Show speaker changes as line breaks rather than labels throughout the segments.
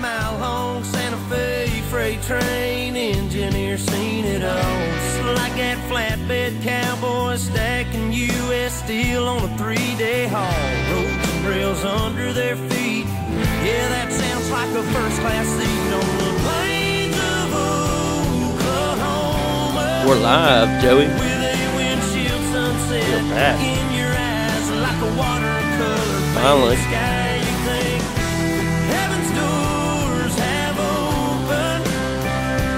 mile long Santa Fe freight train. Engineer seen it all. Just like that flatbed cowboy stacking U.S. steel on a three day haul. Ropes and rails under their feet. Yeah, that sounds like a first class seat on the plains of Oklahoma.
We're live, Joey.
With a windshield sunset
Look at that.
in your eyes like a watercolor
Finally.
painted sky. You think heaven's doors have opened.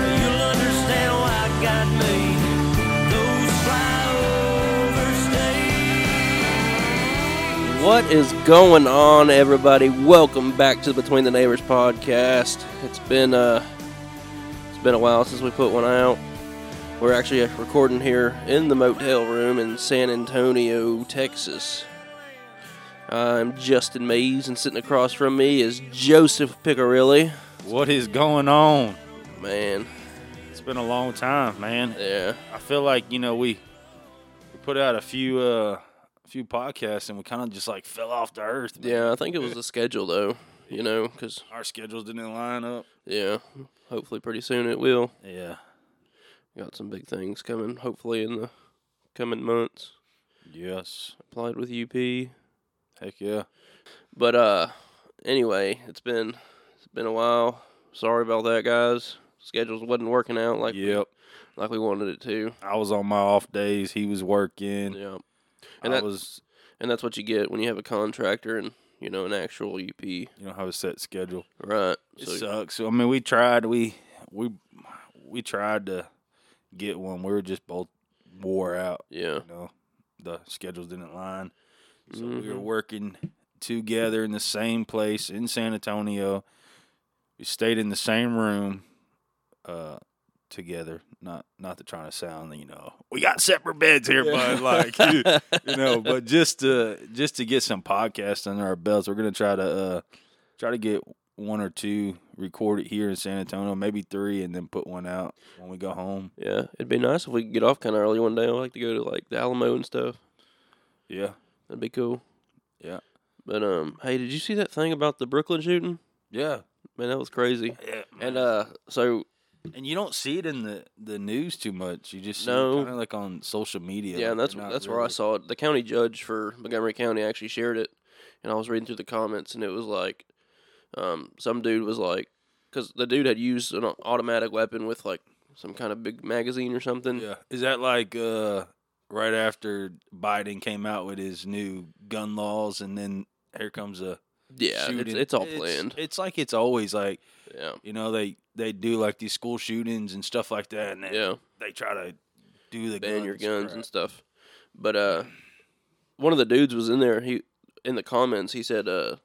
You'll understand why God made those flyover states.
What is going on, everybody? Welcome back to the Between the Neighbors podcast. It's been uh, it's been a while since we put one out. We're actually recording here in the motel room in San Antonio, Texas. I'm Justin Mays, and sitting across from me is Joseph Picarilli.
What is going on?
Man,
It's been a long time, man.
yeah,
I feel like you know we we put out a few uh a few podcasts and we kind of just like fell off the earth. man.
yeah. I think it was the schedule, though. You know, because
Our schedules didn't line up.
yeah, hopefully pretty soon it will.
Yeah.
Got some big things coming. Hopefully in the coming months.
Yes.
applied with UP.
Heck yeah.
But uh anyway, it's been it's been a while. Sorry about that guys. Schedules wasn't working out like
yep.
like we wanted it to.
I was on my off days. He was working.
Yeah.
And
And
I
that
was
and that's what you get when you have a contractor and you know an actual UP.
you know have a set schedule.
Right.
It sucks. So, I mean, we tried. We we we tried to get one. We were just both wore out.
yeah.
you know, the schedules didn't line. So we were
Mhm.
working together in the same place in San Antonio. We stayed in the same room uh, together. Not not to try to sound, you know, we got separate beds here, but like you, you know, but just to just to get some podcasts under our belts, we're gonna try to uh, try to get one or two recorded here in San Antonio, maybe three, and then put one out when we go home.
Yeah. It'd be nice if we could get off kinda early one day. I like to go to like the Alamo and stuff.
Yeah.
That'd be cool.
Yeah.
But um hey, did you see that thing about the Brooklyn shooting?
Yeah.
Man, that was crazy.
Yeah.
And uh so
And you don't see it in the, the news too much. You just see
No.
it kind of like on social media.
Yeah,
like
and that's
they're not
that's where I
really-
saw it. The county judge for Montgomery County actually shared it, and I was reading through the comments, and it was like, um, some dude was like, because the dude had used an au- automatic weapon with like some kind of big magazine or something.
Yeah, is that like uh, right after Biden came out with his new gun laws, and then here comes a
yeah, it's,
shooting?
it's all planned.
It's, like it's always like
yeah,
you know they they do like these school shootings and stuff like that, and they,
yeah,
they try to do the
ban your guns
crap.
and stuff. But uh, one of the dudes was in there. He in the comments he said, uh,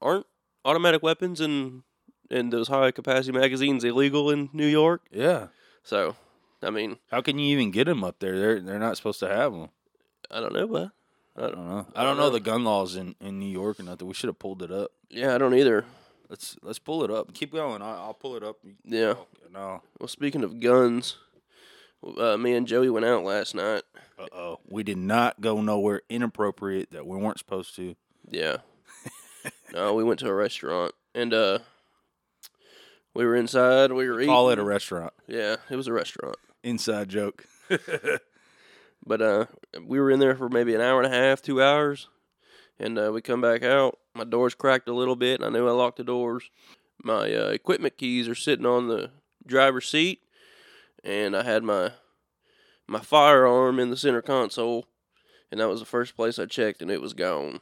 aren't automatic weapons and and those high capacity magazines illegal in New York?
Yeah,
So, I mean.
how can you even get them up there? They're they're not supposed to have them.
I don't know, but
I don't know. I don't know the gun laws in, in New York or nothing. We should have pulled it up.
yeah, I don't either.
Let's let's pull it up. Keep going. I, I'll pull it up. You-
Yeah.
okay, No.
Well, speaking of guns, uh, me and Joey went out last night.
Uh oh. We did not go nowhere inappropriate that we weren't supposed to.
Yeah. no, we went to a restaurant and uh, we were inside. We were eating.
Call it a restaurant.
yeah, it was a restaurant.
Inside joke.
But uh, we were in there for maybe an hour and a half, two hours, and uh, we come back out. My doors cracked a little bit. And I knew I locked the doors. My uh, equipment keys are sitting on the driver's seat, and I had my my firearm in the center console, and that was the first place I checked, and it was gone.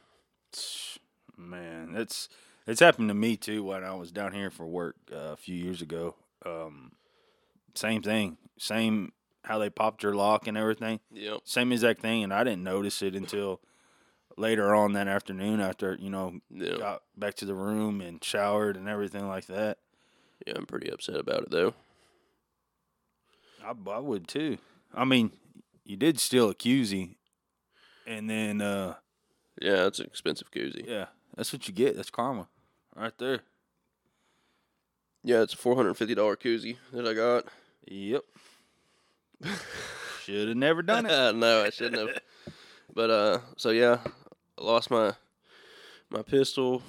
Man, that's it's happened to me too when I was down here for work uh, a few years ago. Um, same thing. Same how they popped your lock and everything.
Yep.
Same exact thing, and I didn't notice it until later on that afternoon after you know
Yeah.
got back to the room and showered and everything like that.
Yeah, I'm pretty upset about it though.
I, I would too. I mean, you did steal a koozie, and then uh,
Yeah, it's an expensive koozie.
yeah, that's what you get. That's karma, right there.
Yeah, it's a four hundred fifty dollar koozie that I got.
Yep. Should have never done it.
no, I shouldn't have. But uh, so yeah, I lost my my pistol,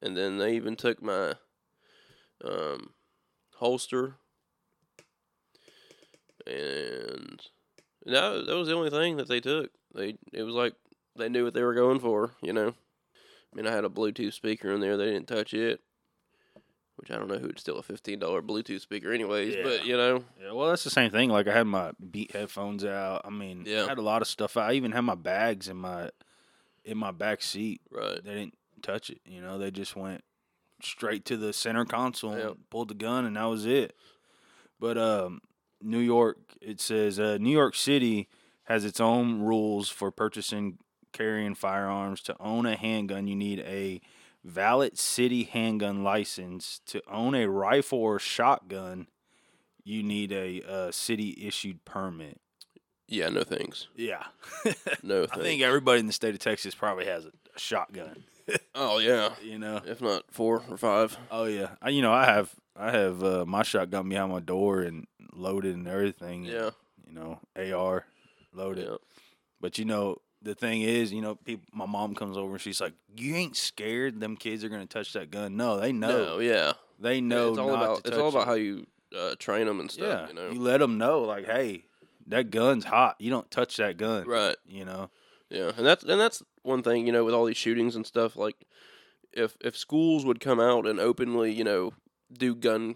and then they even took my um, holster, and no, that was the only thing that they took. They it was like they knew what they were going for, you know. I mean, I had a Bluetooth speaker in there; they didn't touch it, which I don't know who'd steal a fifteen dollar Bluetooth speaker, anyways. But
Yeah.
you know,
Yeah, well, that's the same thing. Like I had my Beat headphones out. I mean,
Yeah.
I had a lot of stuff. I even had my bags in my in my back seat.
right?
They didn't touch it. You know, they just went straight to the center console,
Yep.
and pulled the gun, and that was it. But um, New York, it says uh, New York City has its own rules for purchasing, carrying firearms. To own a handgun, you need a valid city handgun license. To own a rifle or shotgun, you need a uh, city issued permit.
Yeah, no thanks.
Yeah,
No
I
thanks.
think everybody in the state of Texas probably has a, a shotgun.
oh yeah,
You know,
if not four or five.
Oh yeah, I, you know I have I have uh, my shotgun behind my door and loaded and everything.
Yeah,
you know AR loaded.
yeah,
But you know the thing is, you know, people, my mom comes over and she's like, "You ain't scared? Them kids are gonna touch that gun? No, they know.
no, yeah.
They know.
it's all
not
about
to
it's all
touch
about
it.
how you uh, train them and stuff.
yeah.
you know,
let them know like, hey, that gun's hot. You don't touch that gun.
right?
You know.
Yeah, and that's and that's one thing you know with all these shootings and stuff. Like, if if schools would come out and openly you know do gun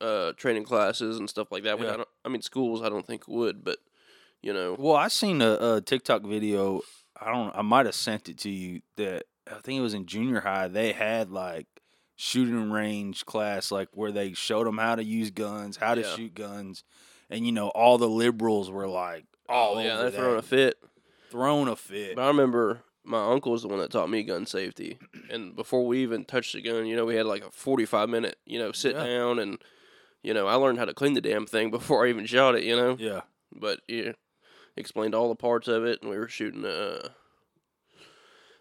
uh, training classes and stuff like that, which
Yeah.
I don't. I mean, schools I don't think would, but you know,
Well, I seen a, a TikTok video. I don't. I might have sent it to you. That I think it was in junior high. They had like shooting range class, like where they showed them how to use guns, how to
Yeah.
shoot guns, and you know, all the liberals were like, all
Oh, yeah,
over
they're
that,
throwing a fit.
throwing a fit.
But I remember my uncle was the one that taught me gun safety, and before we even touched the gun, you know, we had like a forty-five minute you know sit
Yeah.
down and. You know, I learned how to clean the damn thing before I even shot it. You know,
Yeah,
but yeah, explained all the parts of it, and we were shooting. Uh,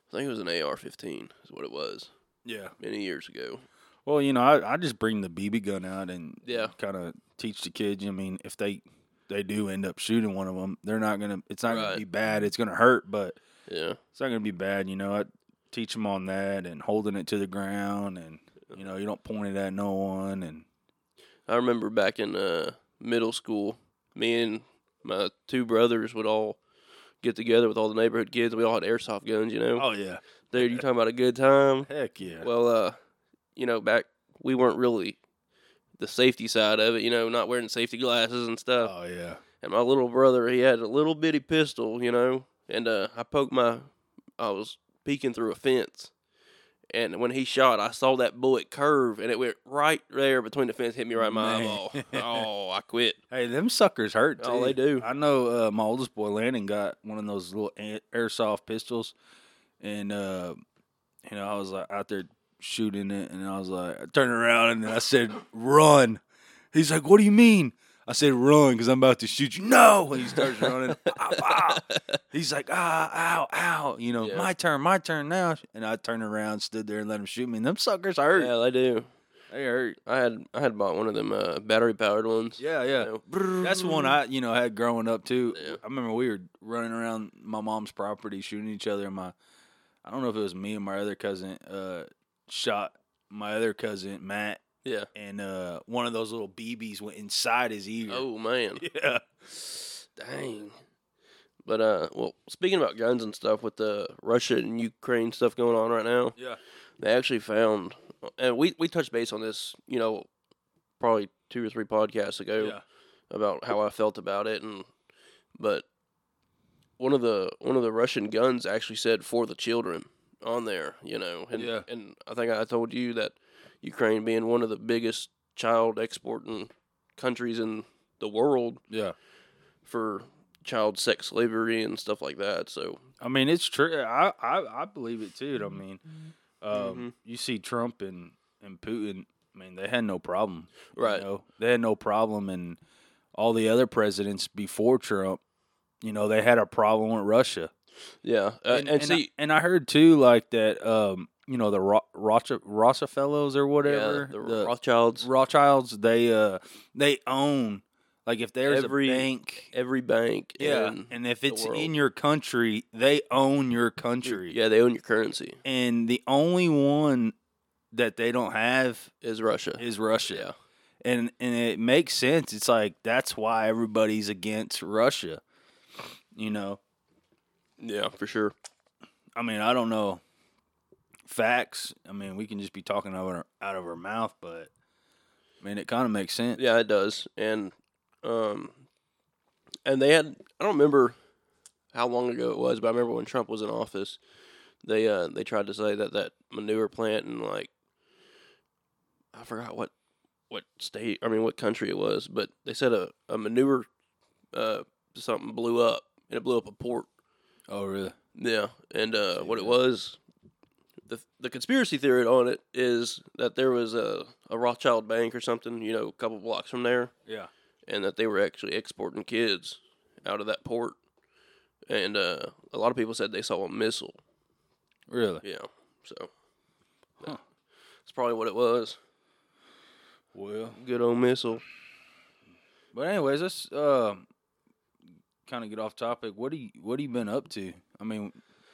I think it was an AR-15, is what it was
yeah.
many years ago.
Well, you know, I, I just bring the BB gun out and
Yeah.
kind of teach the kids. I mean, if they they do end up shooting one of them, they're not gonna. It's not
Right.
gonna be bad. It's gonna hurt, but
Yeah,
it's not going to be bad. You know, I teach them on that and holding it to the ground, and you know, you don't point it at no one. And
I remember back in uh, middle school, me and my two brothers would all get together with all the neighborhood kids. We all had airsoft guns, you know.
yeah,
Dude, you talking about a good time?
heck yeah,
Well, uh, you know, back we weren't really the safety side of it, you know, not wearing safety glasses and stuff.
oh yeah,
and my little brother he had a little bitty pistol you know and uh, i poked my i was peeking through a fence and when he shot i saw that bullet curve and it went right there between the fence hit me right in my
Man.
eyeball oh i quit
hey, them suckers hurt.
Oh,
too.
they do.
I know uh, my oldest boy Landon got one of those little a- airsoft pistols, and uh, you know, I was like out there shooting it, and I was like, I turned around and I said, "Run!" He's like, "What do you mean?" I said, "Run," because I'm about to shoot you. No, and he starts running. Pow, pow. He's like, ah, ow, ow, you know,
Yeah.
my turn, my turn now. And I turned around, stood there, and let him shoot me. And them suckers hurt.
yeah they do
They hurt.
i had i had bought one of them uh, battery powered ones
Yeah, yeah.
You
That's one I, you know, had growing up too.
Yeah.
I remember we were running around my mom's property shooting each other. And my, I don't know if it was me and my other cousin, uh, shot my other cousin Matt,
yeah
and uh, one of those little BBs went inside his ear.
oh man
yeah,
dang but uh well speaking about guns and stuff with the russia and ukraine stuff going on right now
yeah,
they actually found and we we touched base on this you know probably two or three podcasts ago
yeah.
about how i felt about it and but one of the one of the russian guns actually said for the children on there you know and
Yeah.
and i think i told you that ukraine being one of the biggest child exporting countries in the world
yeah.
for child sex slavery and stuff like that so
I mean, it's true. I, I I believe it too. I mean, um,
Mhm.
you see Trump and and Putin. I mean, they had no problem, you
Right.
know? They had no problem, and all the other presidents before Trump, you know, they had a problem with Russia.
yeah uh, and, see
I, and I heard too, like that, um, you know, the Ro- Rocha- Rockefellers or
yeah,
whatever,
the,
the
rothschilds
Rothschilds, they uh, they own like if there's
Every-
a bank.
every bank
Yeah,
in-
and if it's
world.
in your country, they own your country.
Yeah, they own your currency.
and the only one that they don't have
Is Russia?
is Russia.
yeah.
and and it makes sense. It's like that's why everybody's against Russia. You know,
Yeah, for sure.
I mean, I don't know facts. I mean, we can just be talking out of our, out of our mouth, but I mean, it kind of makes sense.
Yeah, it does. And um and they had I don't remember how long ago it was, but I remember when Trump was in office, they uh they tried to say that that manure plant in like I forgot what what state, I mean what country it was, but they said a, a manure uh something blew up and it blew up a port.
Oh, really?
Yeah, and uh, what it was, the the conspiracy theory on it is that there was a, a Rothschild bank or something, you know, a couple blocks from there,
Yeah.
and that they were actually exporting kids out of that port. And uh, a lot of people said they saw a missile.
Really?
Yeah, so
Huh.
that's probably what it was.
Well,
Good old missile.
but anyways, let's um kind of get off topic. What do you what have you been up to? I mean,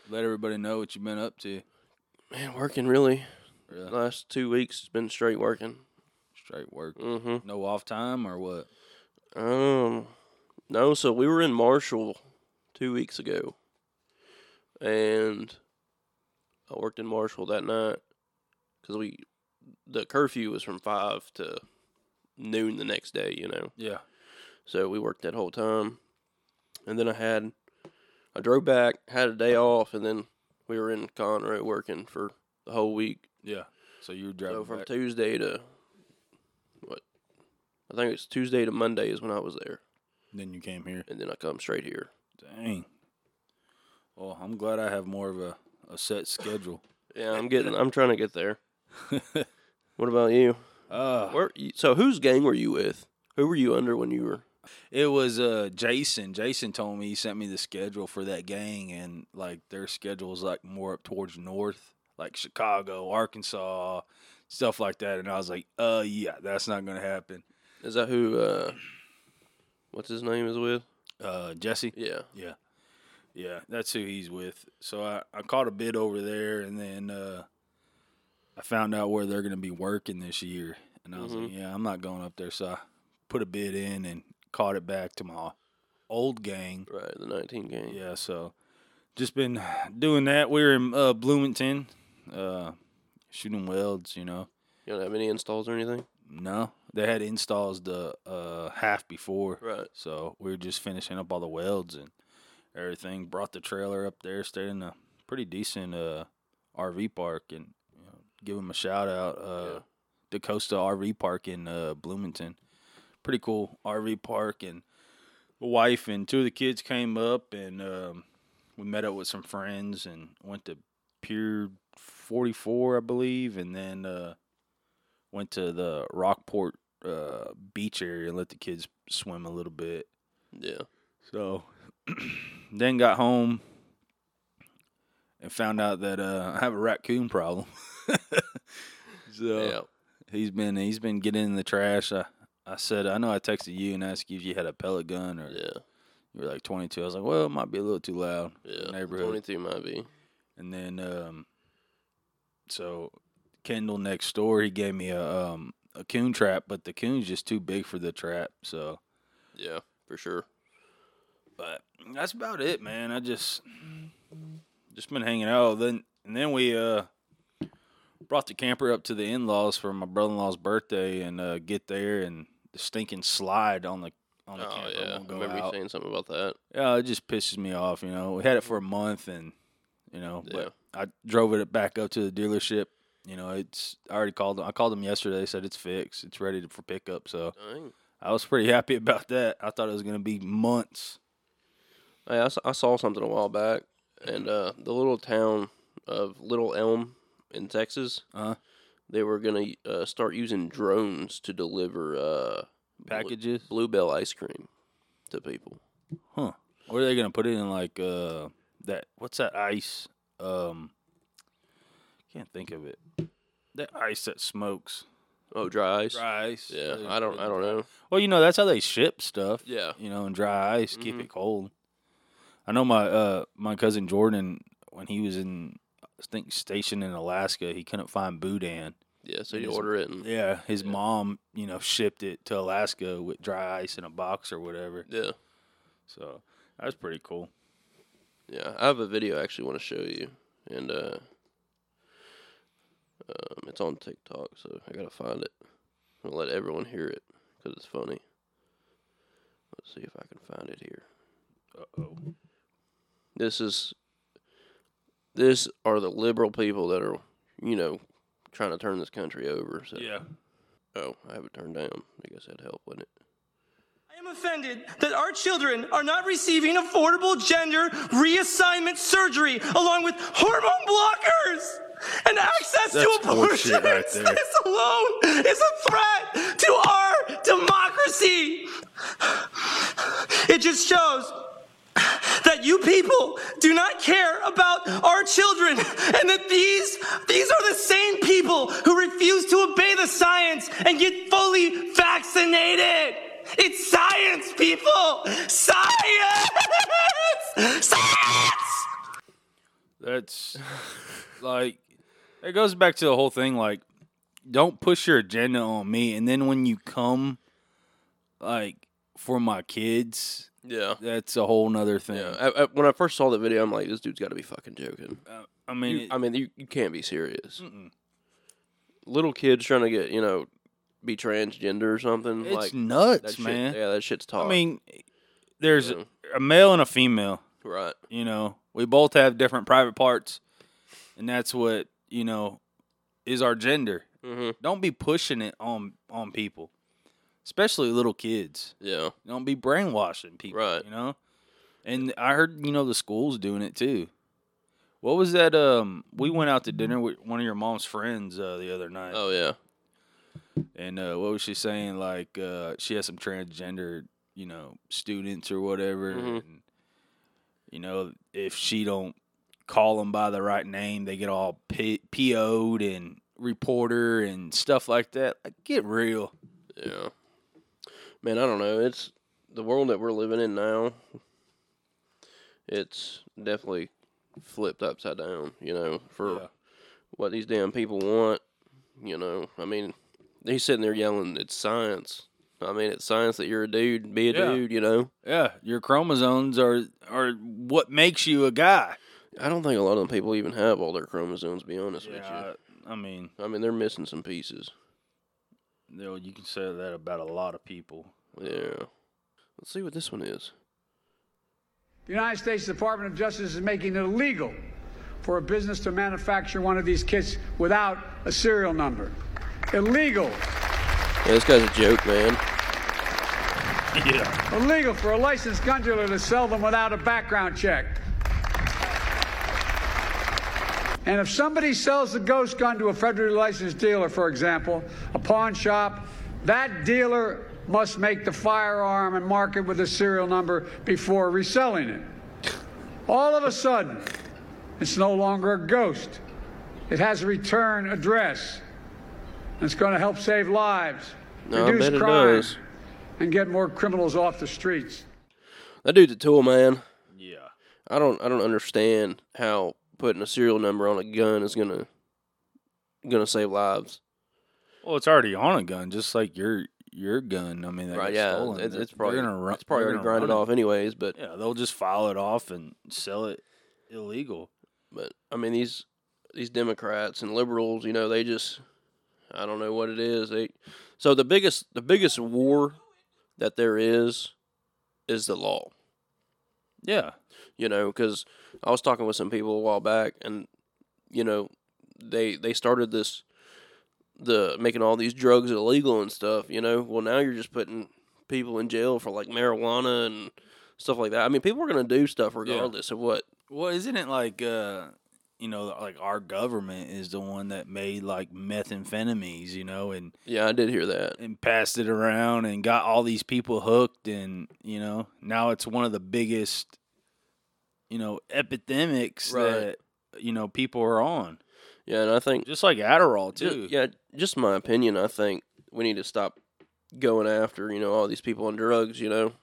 let everybody know what you've been up to.
Man, working really.
Really?
Last two weeks has been straight working.
Straight work.
Mm-hmm.
No off time or what?
Um, no. So we were in Marshall two weeks ago, and I worked in Marshall that night because we the curfew was from five to noon the next day. You know,
Yeah.
so we worked that whole time, and then I had I drove back, had a day off, and then we were in Conroe working for the whole week.
Yeah. So you were driving
So from
back.
Tuesday to what? I think it's Tuesday to Monday is when I was there
then you came here.
and then I come straight here.
Dang. Well, I'm glad I have more of a, a set schedule.
Yeah, I'm getting. I'm trying to get there. What about you?
uh,
Where? you- So whose gang were you with? Who were you under when you were?
it was uh, Jason. Jason told me he sent me the schedule for that gang, and like their schedule is like more up towards north, like Chicago, Arkansas, stuff like that. And I was like, uh, yeah, that's not gonna happen.
Is that who? uh What's his name is with?
Uh, Jesse.
Yeah.
Yeah. Yeah, that's who he's with. So I, I caught a bid over there and then uh I found out where they're gonna be working this year and I was like, Yeah, I'm not going up there so I put a bid in and caught it back to my old gang.
Right. The 19 gang.
Yeah, so just been doing that. We were in uh Bloomington, uh shooting welds, you know.
You don't have any installs or anything.
No. They had installs the uh half before.
Right.
So we were just finishing up all the welds and everything. Brought the trailer up there, stayed in a pretty decent uh, RV park, and you know, give them a shout out. Uh,
Yeah.
Dacosta RV Park in uh, Bloomington, pretty cool RV park, and the wife and two of the kids came up, and um, we met up with some friends and went to Pier 44, I believe, and then uh, went to the Rockport uh, beach area and let the kids swim a little bit.
Yeah.
So then got home and found out that uh, I have a raccoon problem. so
Yeah.
he's been he's been getting in the trash. I, I said I know I texted you and asked you if you had a pellet gun or
Yeah.
you were like 22. I was like, well, it might be a little too loud. in the
Yeah.
neighborhood.
23 might be.
And then, um, so Kendall next door, he gave me a um, a coon trap, but the coon's just too big for the trap. So,
Yeah. For sure.
but that's about it, man. I just just been hanging out. Then and then we uh brought the camper up to the in laws for my brother in law's birthday, and uh, get there and the stinking slide on the on the
Oh
camper
yeah.
won't
I
go
remember you
out.
saying something about that.
Yeah, it just pisses me off. You know, we had it for a month, and you know,
Yeah.
but I drove it back up to the dealership. You know, it's I already called. I called them yesterday. Said it's fixed. It's ready to- for pickup. So
Dang.
I was pretty happy about that. I thought it was gonna be months.
Hey, Oh, I, s- I saw something a while back, and uh, the little town of Little Elm in Texas,
Uh-huh.
they were gonna uh, start using drones to deliver uh, blu-
Packages.
bluebell ice cream to people.
Huh? What are they gonna put it in? Like uh, that? What's that ice? Um, can't think of it. That ice that smokes.
Oh, dry ice.
Dry ice.
Yeah, I don't, I don't know.
Well, you know that's how they ship stuff.
Yeah. Mm-hmm.
you know, and dry ice, keep it cold. I know my uh my cousin Jordan when he was in I think stationed in Alaska, he couldn't find Boudin,
Yeah, so you
Just-
order it and yeah.
Yeah, his
Yeah.
mom, you know, shipped it to Alaska with dry ice in a box or whatever.
yeah,
So that was pretty cool.
I have a video I actually want to show you, and uh, um, it's on TikTok, so I gotta find it. I'll let everyone hear it because it's funny. Let's see if I can find it here.
Uh oh.
This is this are the liberal people that are you know trying to turn this country over. So
Yeah.
Oh, I have it turned down. I guess that'd help, wouldn't it?
I am offended that our children are not receiving affordable gender reassignment surgery along with hormone blockers and access
That's
to abortion.
bullshit right there.
This alone is a threat to our democracy. It just shows that you people do not care about our children and that these these are the same people who refuse to obey the science and get fully vaccinated it's science people science science
That's like it goes back to the whole thing like don't push your agenda on me and then when you come like for my kids,
Yeah.
that's a whole nother thing.
Yeah. I, I, when I first saw the video, I'm like, this dude's got to be fucking joking.
I mean,
You- I mean, you, you can't be serious. Little kids trying to get, you know, be transgender or something.
it's
like, that
nuts,
shit-
man.
yeah, that shit's taught.
I mean, there's
Yeah.
a male and a female.
right.
You know, we both have different private parts, and that's what you know is our gender.
Mm-hmm.
Don't be pushing it on on people, especially little kids.
Yeah.
Don't be brainwashing people.
Right.
You know, and I heard you know the schools doing it too. What was that? Um, we went out to dinner with one of your mom's friends uh, the other night.
Oh, yeah.
And uh, what was she saying? Like uh, she has some transgender, you know, students or whatever.
Mhm.
And, you know, if she don't call them by the right name, they get all P- PO'd and reporter and stuff like that. Like, get real.
Yeah. Man, I don't know. It's the world that we're living in now. It's definitely flipped upside down, you know, for
Yeah.
what these damn people want, you know. I mean, he's sitting there yelling, it's science. I mean, it's science that you're a dude, be a
Yeah.
dude, you know.
Yeah, your chromosomes are are what makes you a guy.
I don't think a lot of them people even have all their chromosomes, to be honest
Yeah, Uh, I, I mean,
with you. I mean, they're missing some pieces.
you, know, you can say that about a lot of people.
Yeah. Let's see what this one is.
The United States Department of Justice is making it illegal for a business to manufacture one of these kits without a serial number. Illegal.
Yeah, this guy's a joke, man.
Yeah,
Illegal for a licensed gun dealer to sell them without a background check. And if somebody sells the ghost gun to a federally licensed dealer, for example, a pawn shop, that dealer must make the firearm and mark it with a serial number before reselling it. All of a sudden, it's no longer a ghost. It has a return address. It's going to help save lives,
No, I
reduce
bet it
crime,
does.
and get more criminals off the streets.
That dude's a tool, man.
yeah.
I don't I don't understand how putting a serial number on a gun is gonna gonna save lives.
Well, it's already on a gun, just like your your gun. I mean, that
right?
got
Yeah,
stolen.
it's,
They're-
it's probably
they're gonna run,
it's probably
they're
already
gonna
grinded
run it.
off anyways. But
Yeah, they'll just file it off and sell it illegal.
but I mean these these Democrats and liberals, you know, they just I don't know what it is. They so the biggest the biggest war that there is is the law.
Yeah,
you know because i was talking with some people a while back and you know they they started this the making all these drugs illegal and stuff you know well now you're just putting people in jail for like marijuana and stuff like that i mean people are going to do stuff regardless of what
well, isn't it like uh, you know, like our government is the one that made like methamphetamines, you know, and
yeah i did hear that
and passed it around and got all these people hooked, and you know, now it's one of the biggest, you know, epidemics
Right.
that you know people are on,
yeah and i think
just like Adderall
ju-
too.
yeah just my opinion i think we need to stop going after you know all these people on drugs you know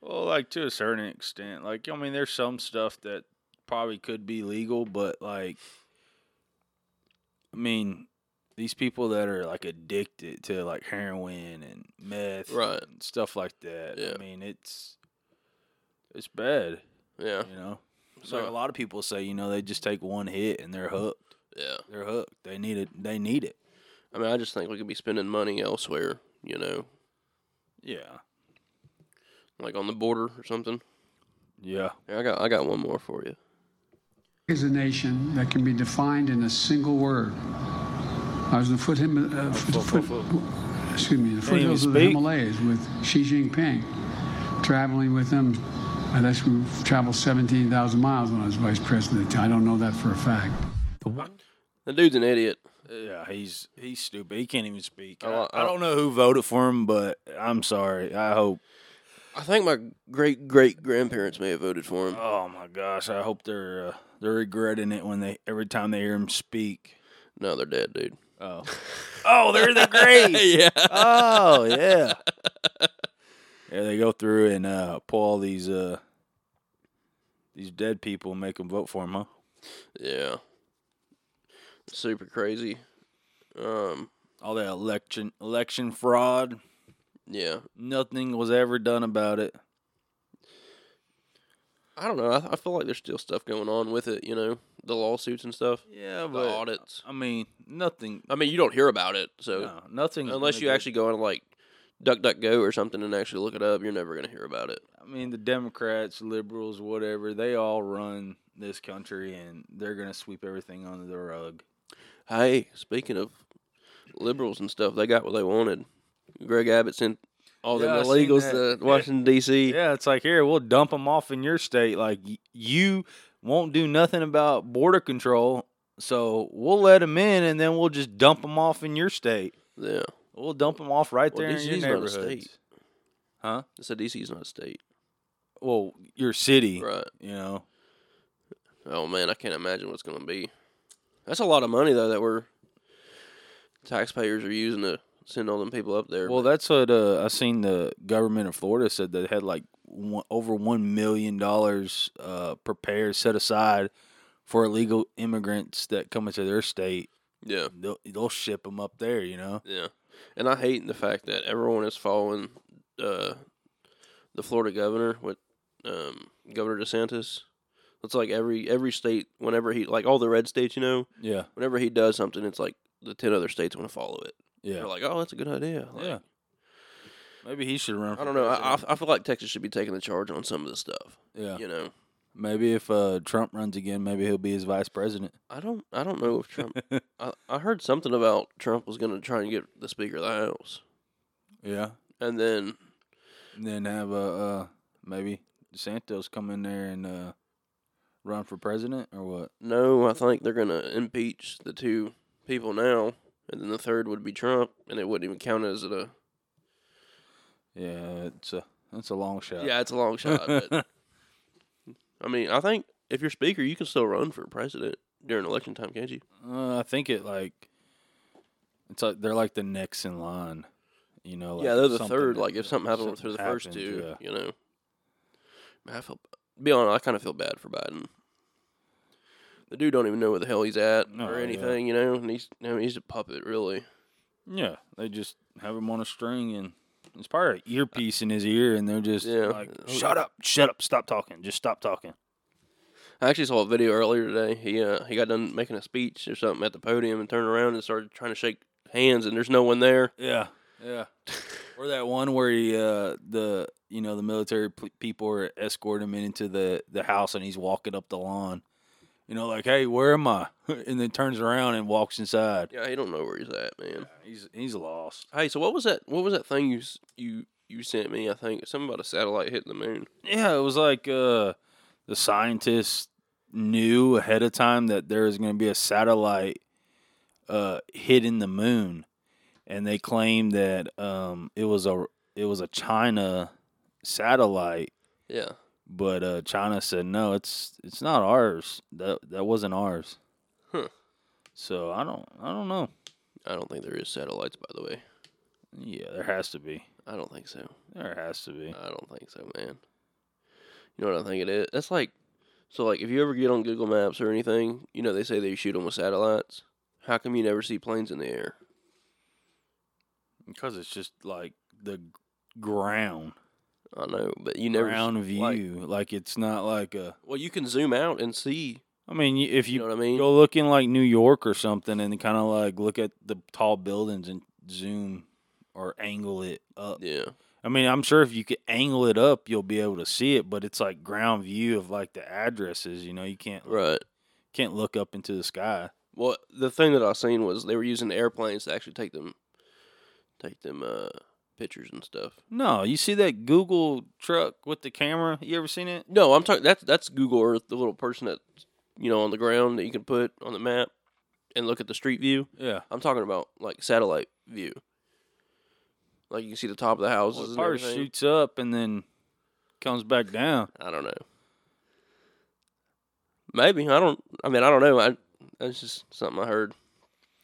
Well, like to a certain extent. Like I mean, there's some stuff that probably could be legal, but like, I mean, these people that are like addicted to like heroin and meth
Right.
and stuff like that.
Yeah.
I mean, it's it's bad,
Yeah.
you know. So like
No.
a lot of people say, you know, they just take one hit and they're hooked.
Yeah.
They're hooked. They need it. They need it.
I mean, I just think we could be spending money elsewhere, you know,
Yeah.
like on the border or something.
Yeah.
Yeah, I got I got one more for you.
is a nation that can be defined in a single word. I was in the foot, Him- uh, foot, foot, excuse me, the foothills of the
speak.
Himalayas with Xi Jinping, traveling with him. I guess we traveled 17,000 miles when I was vice president. I don't know that for a fact.
The dude's an idiot.
Yeah, he's he's stupid. He can't even speak. I,
I-
I don't know who voted for him, but I'm sorry. I hope.
I think my great great grandparents may have voted for him.
Oh my gosh, I hope they're uh, they're regretting it when they every time they hear him speak.
No, they're dead, dude.
Oh, oh, they're in the grave.
Yeah.
Oh yeah. Yeah, they go through and uh, pull all these uh, these dead people and make them vote for him, huh?
Yeah. Super crazy. Um.
All that election election fraud.
Yeah.
Nothing was ever done about it.
I don't know. I, I feel like there's still stuff going on with it. You know, the lawsuits and stuff,
Yeah,
the audits.
I mean, nothing.
I mean, you don't hear about it, so
No, nothing.
Uh, unless you actually go on like DuckDuckGo or something and actually look it up, you're never gonna hear about it.
I mean, the Democrats, liberals, whatever, they all run this country and they're going to sweep everything under the rug.
Hey, speaking of liberals and stuff, they got what they wanted. Greg Abbott sent all
Yeah, I
the
seen
illegals
that.
to Washington D.C.
Yeah, it's like, here, we'll dump them off in your state. Like, y- you won't do nothing about border control. So we'll let them in and then we'll just dump them off in your state.
yeah.
We'll dump them off right
Well,
there in your
DC's not a
neighborhood.
state.
Huh?
So D.C.'s not a state,
Well, your city,
right?
you know.
Oh man, I can't imagine what's gonna be. That's a lot of money though that we're taxpayers are using to send all them people up there.
Well, that's what uh, I seen. The government of Florida said they had like one, over one million dollars uh, prepared set aside for illegal immigrants that come into their state.
yeah,
They'll, they'll ship them up there, you know.
yeah. And I hate the fact that everyone is following uh, the Florida governor with um, Governor DeSantis. It's like every every state, whenever he like all the red states, you know,
Yeah,
whenever he does something, it's like the ten other states want to follow it.
yeah,
They're like, oh, that's a good idea. Like,
yeah. Maybe he should run. For
I don't know. I, I
president.
I feel like Texas should be taking the charge on some of this stuff.
yeah.
You know,
Maybe if uh, Trump runs again, maybe he'll be his vice president.
I don't. I don't know if Trump. I, I heard something about Trump was going to try and get the Speaker of the House,
Yeah.
and then
And then have uh, uh maybe DeSantos come in there and uh, run for president or what?
no, I think they're going to impeach the two people now, and then the third would be Trump, and it wouldn't even count as a.
Yeah, it's a that's a long shot.
Yeah, it's a long shot. But, I mean, I think if you're Speaker, you can still run for president during election time, can't you?
Uh, I think it like it's like they're like the next in line, you know. Like
yeah, they're the
something
third.
that-
Like if something happened
something
with the first
happens,
two,
yeah.
you know. Man, I feel. Be honest, I kind of feel bad for Biden. The dude don't even know where the hell he's at
No,
or
yeah.
anything, you know. And he's, I mean, he's a puppet, really.
Yeah, they just have him on a string, and it's probably an earpiece in his ear, and they're just
Yeah.
like, "Shut up, shut up, stop talking, just stop talking."
I actually saw a video earlier today. He uh, he got done making a speech or something at the podium and turned around and started trying to shake hands, and there's no one there.
Yeah, yeah. or that one where he, uh, the you know the military p- people are escorting him into the the house, and he's walking up the lawn. You know, like, hey, where am I? and then turns around and walks inside.
Yeah, he don't know where he's at, man.
He's he's lost.
Hey, so what was that? What was that thing you s- you you sent me? I think something about a satellite hitting the moon.
Yeah, it was like uh, the scientists knew ahead of time that there was going to be a satellite uh, hitting the moon, and they claimed that um, it was a it was a China satellite,
Yeah,
but uh, China said no, it's it's not ours. That that wasn't ours.
Huh.
So I don't I don't know.
I don't think there is satellites, by the way.
Yeah, there has to be.
I don't think so.
There has to be.
I don't think so, man. You know what I think it is? That's like, so like if you ever get on Google Maps or anything, you know they say they shoot them with satellites. How come you never see planes in the air?
Because it's just like the ground,
I know, but you never
ground view.
like-
Like, it's not like a.
well, you can zoom out and see.
I mean, you- if you,
You know what I mean?
go look in like New York or something, and kind of like look at the tall buildings and zoom or angle it up.
Yeah,
I mean, I'm sure if you could angle it up, you'll be able to see it. But it's like ground view of like the addresses. You know, you can't
right.
can't look up into the sky.
Well, the thing that I seen was they were using airplanes to actually take them, take them uh, pictures and stuff.
No, you see that Google truck with the camera? You ever seen it?
No, I'm talking that's that's Google Earth, the little person that you know on the ground that you can put on the map and look at the street view.
Yeah.
I'm talking about like satellite view. Like you can see the top of the houses.
Well, it
and
probably
everything.
shoots up and then comes back down.
I don't know. Maybe I don't. I mean, I don't know. I that's just something I heard,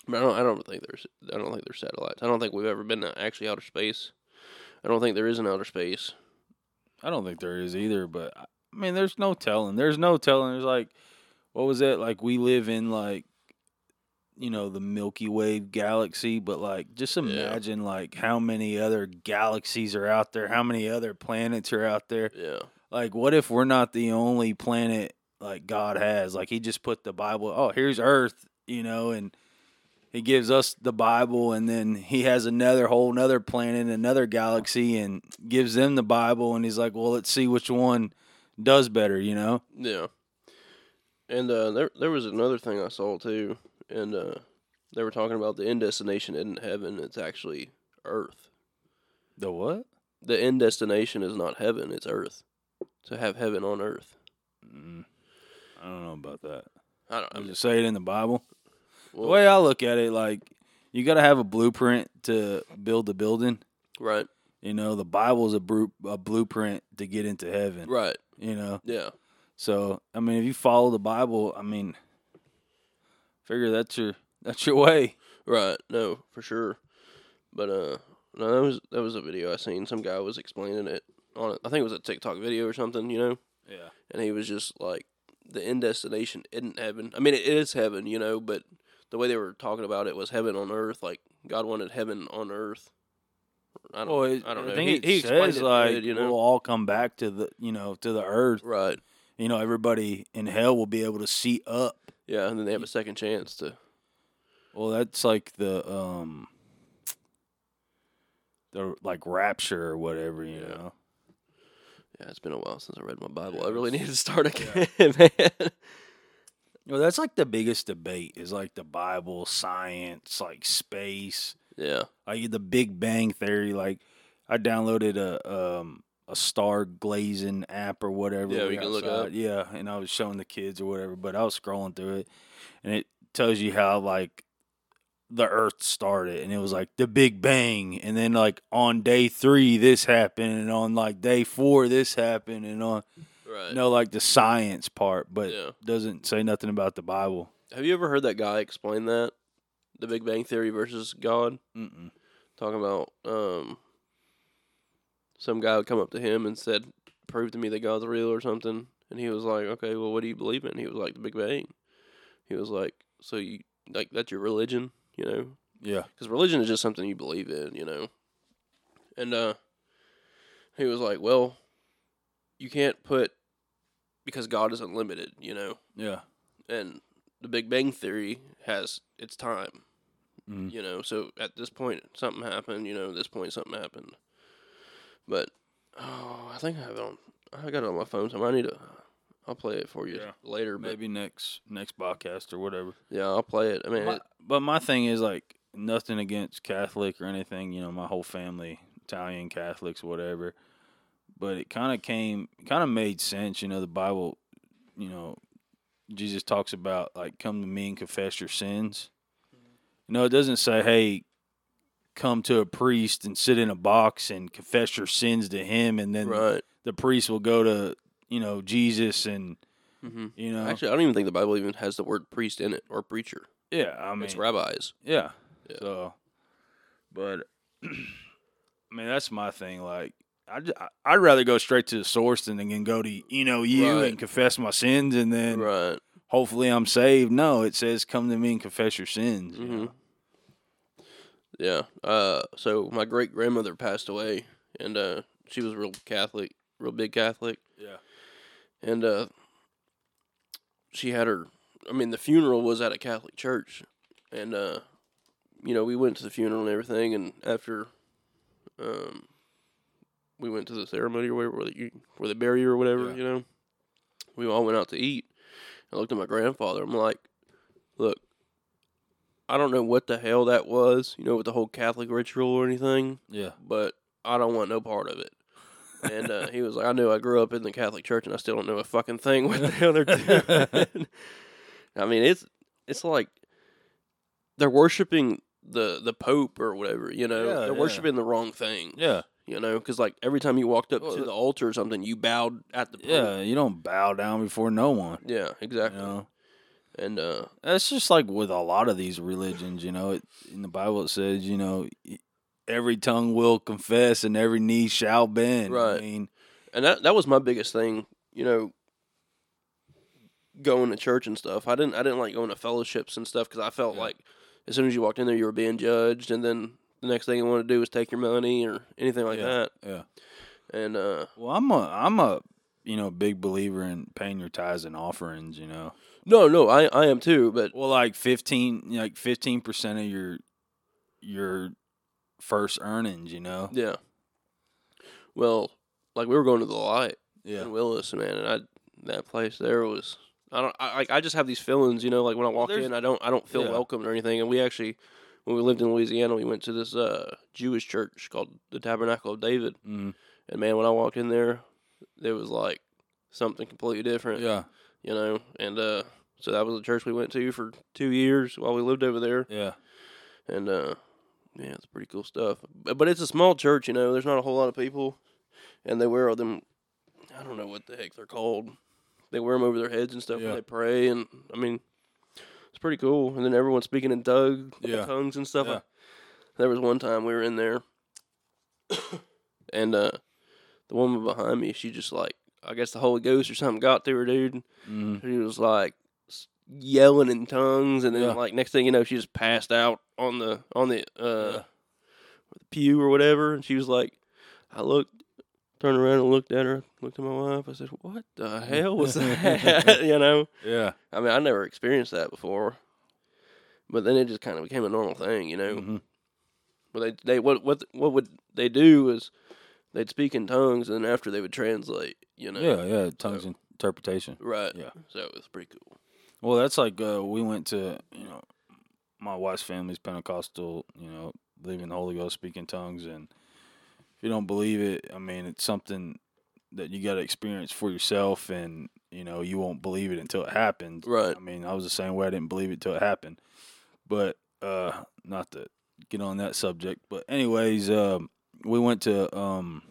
but I don't. I don't think there's. I don't think there's satellites. I don't think we've ever been to actually outer space. I don't think there is an outer space.
I don't think there is either, but I I mean, there's no telling. There's no telling. There's like, what was it? Like, we live in like, you know, the Milky Way galaxy, but like, just imagine like how many other galaxies are out there, how many other planets are out there.
Yeah.
Like, what if we're not the only planet like God has? Like, He just put the Bible, oh, here's Earth, you know, and He gives us the Bible, and then He has another whole another planet, another galaxy, and gives them the Bible, and He's like, well, let's see which one does better, you know?
Yeah. And uh, there there was another thing I saw too, and uh, they were talking about the end destination isn't heaven; it's actually Earth.
The what?
The end destination is not heaven; it's Earth. To have heaven on Earth.
I don't know about that.
I don't. I
Does
mean,
it say it in the Bible?
well,
the way I look at it, like, you got to have a blueprint to build a building.
right,
You know, the Bible's a, bru- a blueprint to get into heaven.
right,
You know,
yeah.
So I mean, if you follow the Bible, I mean, figure that's your that's your way.
Right. No, for sure. But uh, no, that was that was a video I seen. Some guy was explaining it on it. I think it was a TikTok video or something. You know.
Yeah.
And he was just like, the end destination isn't heaven. I mean, it is heaven, you know, but the way they were talking about it was heaven on earth. Like God wanted heaven on earth. I don't.
Well, it,
I don't know.
I think
he,
it
he explained
says
it
like
good, you know.
we'll all come back to the you know to the earth.
right.
You know, everybody in hell will be able to see up.
Yeah, and then they have a second chance to.
Well, that's like the um the like rapture or whatever. You
Yeah.
know.
Yeah, it's been a while since I read my Bible. I really need to start again, man.
Well, that's like the biggest debate is like the Bible, science, like space.
Yeah.
like the Big Bang Theory. Like I downloaded a um a star glazing app or whatever.
Yeah,
we
you can look
outside.
up.
Yeah, and I was showing the kids or whatever, but I was scrolling through it, and it tells you how like the Earth started, and it was like the Big Bang, and then like on day three this happened, and on like day four this happened, and on
Right.
you know like the science part, but
Uh, Yeah.
doesn't say nothing about the Bible.
Have you ever heard that guy explain that? The Big Bang Theory versus God?
Mm-mm.
Talking about um, some guy would come up to him and said, Prove to me that God's real or something. And he was like, Okay, well, what do you believe in? He was like, The Big Bang. He was like, So you, like, that's your religion, you know?
Yeah,
because religion is just something you believe in, you know. And uh, he was like, "Well, you can't put because God is unlimited, you know,
yeah,
and the Big Bang Theory has its time,
Mhm.
you know. So at this point, something happened, you know. At this point, something happened. But oh, I think I have it on. I got it on my phone. So I need to. I'll play it for you
Yeah.
later. But
maybe next next podcast or whatever.
yeah, I'll play it. I mean,
My-
it-
but my thing is like nothing against Catholic or anything. You know, my whole family, Italian Catholics, whatever. But it kind of came, kind of made sense. You know, the Bible, you know, Jesus talks about like, come to me and confess your sins. You know, it doesn't say, hey, come to a priest and sit in a box and confess your sins to him, and then
right.
the priest will go to, you know, Jesus and,
hmm
you know,
Actually, I don't even think the Bible even has the word priest in it or preacher.
yeah, I mean,
it's rabbis.
Yeah.
Yeah.
So, but I mean, that's my thing. Like, I ju- I- I'd rather go straight to the source than then go to you know you
Right.
and confess my sins and then
Right.
hopefully I'm saved. No, it says come to me and confess your sins. you know?
Yeah. Uh, so my great grandmother passed away, and uh, she was real Catholic, real big Catholic.
Yeah.
And uh, she had her. I mean, the funeral was at a Catholic church, and uh, you know we went to the funeral and everything, and after, um, we went to the ceremony or whatever, where they, where they bury you or whatever.
Yeah.
You know, we all went out to eat. I looked at my grandfather. I'm like, look, I don't know what the hell that was, you know, with the whole Catholic ritual or anything,
Yeah.
but I don't want no part of it. And uh, he was like, I knew I grew up in the Catholic Church, and I still don't know a fucking thing what the hell they're doing. I mean, it's it's like they're worshiping the the Pope or whatever, you know,
Yeah,
they're
yeah.
worshiping the wrong thing,
Yeah.
you know, because like every time you walked up
Well,
to
the-
the altar or something, you bowed at the Pope.
Yeah. You don't bow down before no one.
yeah,
You
exactly.
know,
And uh,
that's just like with a lot of these religions. You know, it, in the Bible it says, you know, every tongue will confess and every knee shall bend. I
Right.
mean,
and that that was my biggest thing, you know, going to church and stuff. I didn't I didn't like going to fellowships and stuff because I felt like as soon as you walked in there, you were being judged, and then the next thing you want to do is take your money or anything like
yeah,
that.
yeah.
And uh,
Well, I'm a I'm a you know big believer in paying your tithes and offerings. You know,
no, no, I I am too, but
well, like fifteen like fifteen percent of your your first earnings. You know,
yeah. Well, like we were going to the light
yeah,
in Willis, man, and I that place there was. I don't. I like. I just have these feelings, you know. Like when I walk
there's-
in, I don't. I don't feel
Yeah.
welcomed or anything. And we actually, when we lived in Louisiana, we went to this uh, Jewish church called the Tabernacle of David.
Mhm.
And man, when I walked in there, there was like something completely different.
yeah,
You know. And uh, so that was a church we went to for two years while we lived over there.
yeah,
And uh, yeah, it's pretty cool stuff. But, but it's a small church, you know. There's not a whole lot of people, and they wear all them. I don't know what the heck they're called. They wear them over their heads and stuff
Yeah.
when they pray, and I mean, it's pretty cool. And then everyone's speaking in tug,
Yeah.
tongues and stuff.
Yeah.
There was one time we were in there, and uh, the woman behind me, she just like, I guess the Holy Ghost or something got to her, dude.
Mhm.
She was like s- yelling in tongues, and then
Yeah.
like next thing you know, she just passed out on the on the uh, pew or whatever, and she was like, I looked, turned around and looked at her, looked at my wife. I said, "What the hell was that?" you know,
yeah,
I mean, I never experienced that before, but then it just kind of became a normal thing, you know.
Mhm.
But they they what what what would they do is they'd speak in tongues, and then after they would translate, you know.
yeah, yeah. Tongues interpretation.
Right.
Yeah.
So it was pretty cool.
Well, that's like uh, we went to you know my wife's family's Pentecostal, you know, believe in the Holy Ghost, speak in tongues, and if you don't believe it, I mean, it's something that you got to experience for yourself, and you know, you won't believe it until it happens.
Right.
I mean, I was the same way; I didn't believe it till it happened. But uh, not to get on that subject, but anyways, um, we went to um,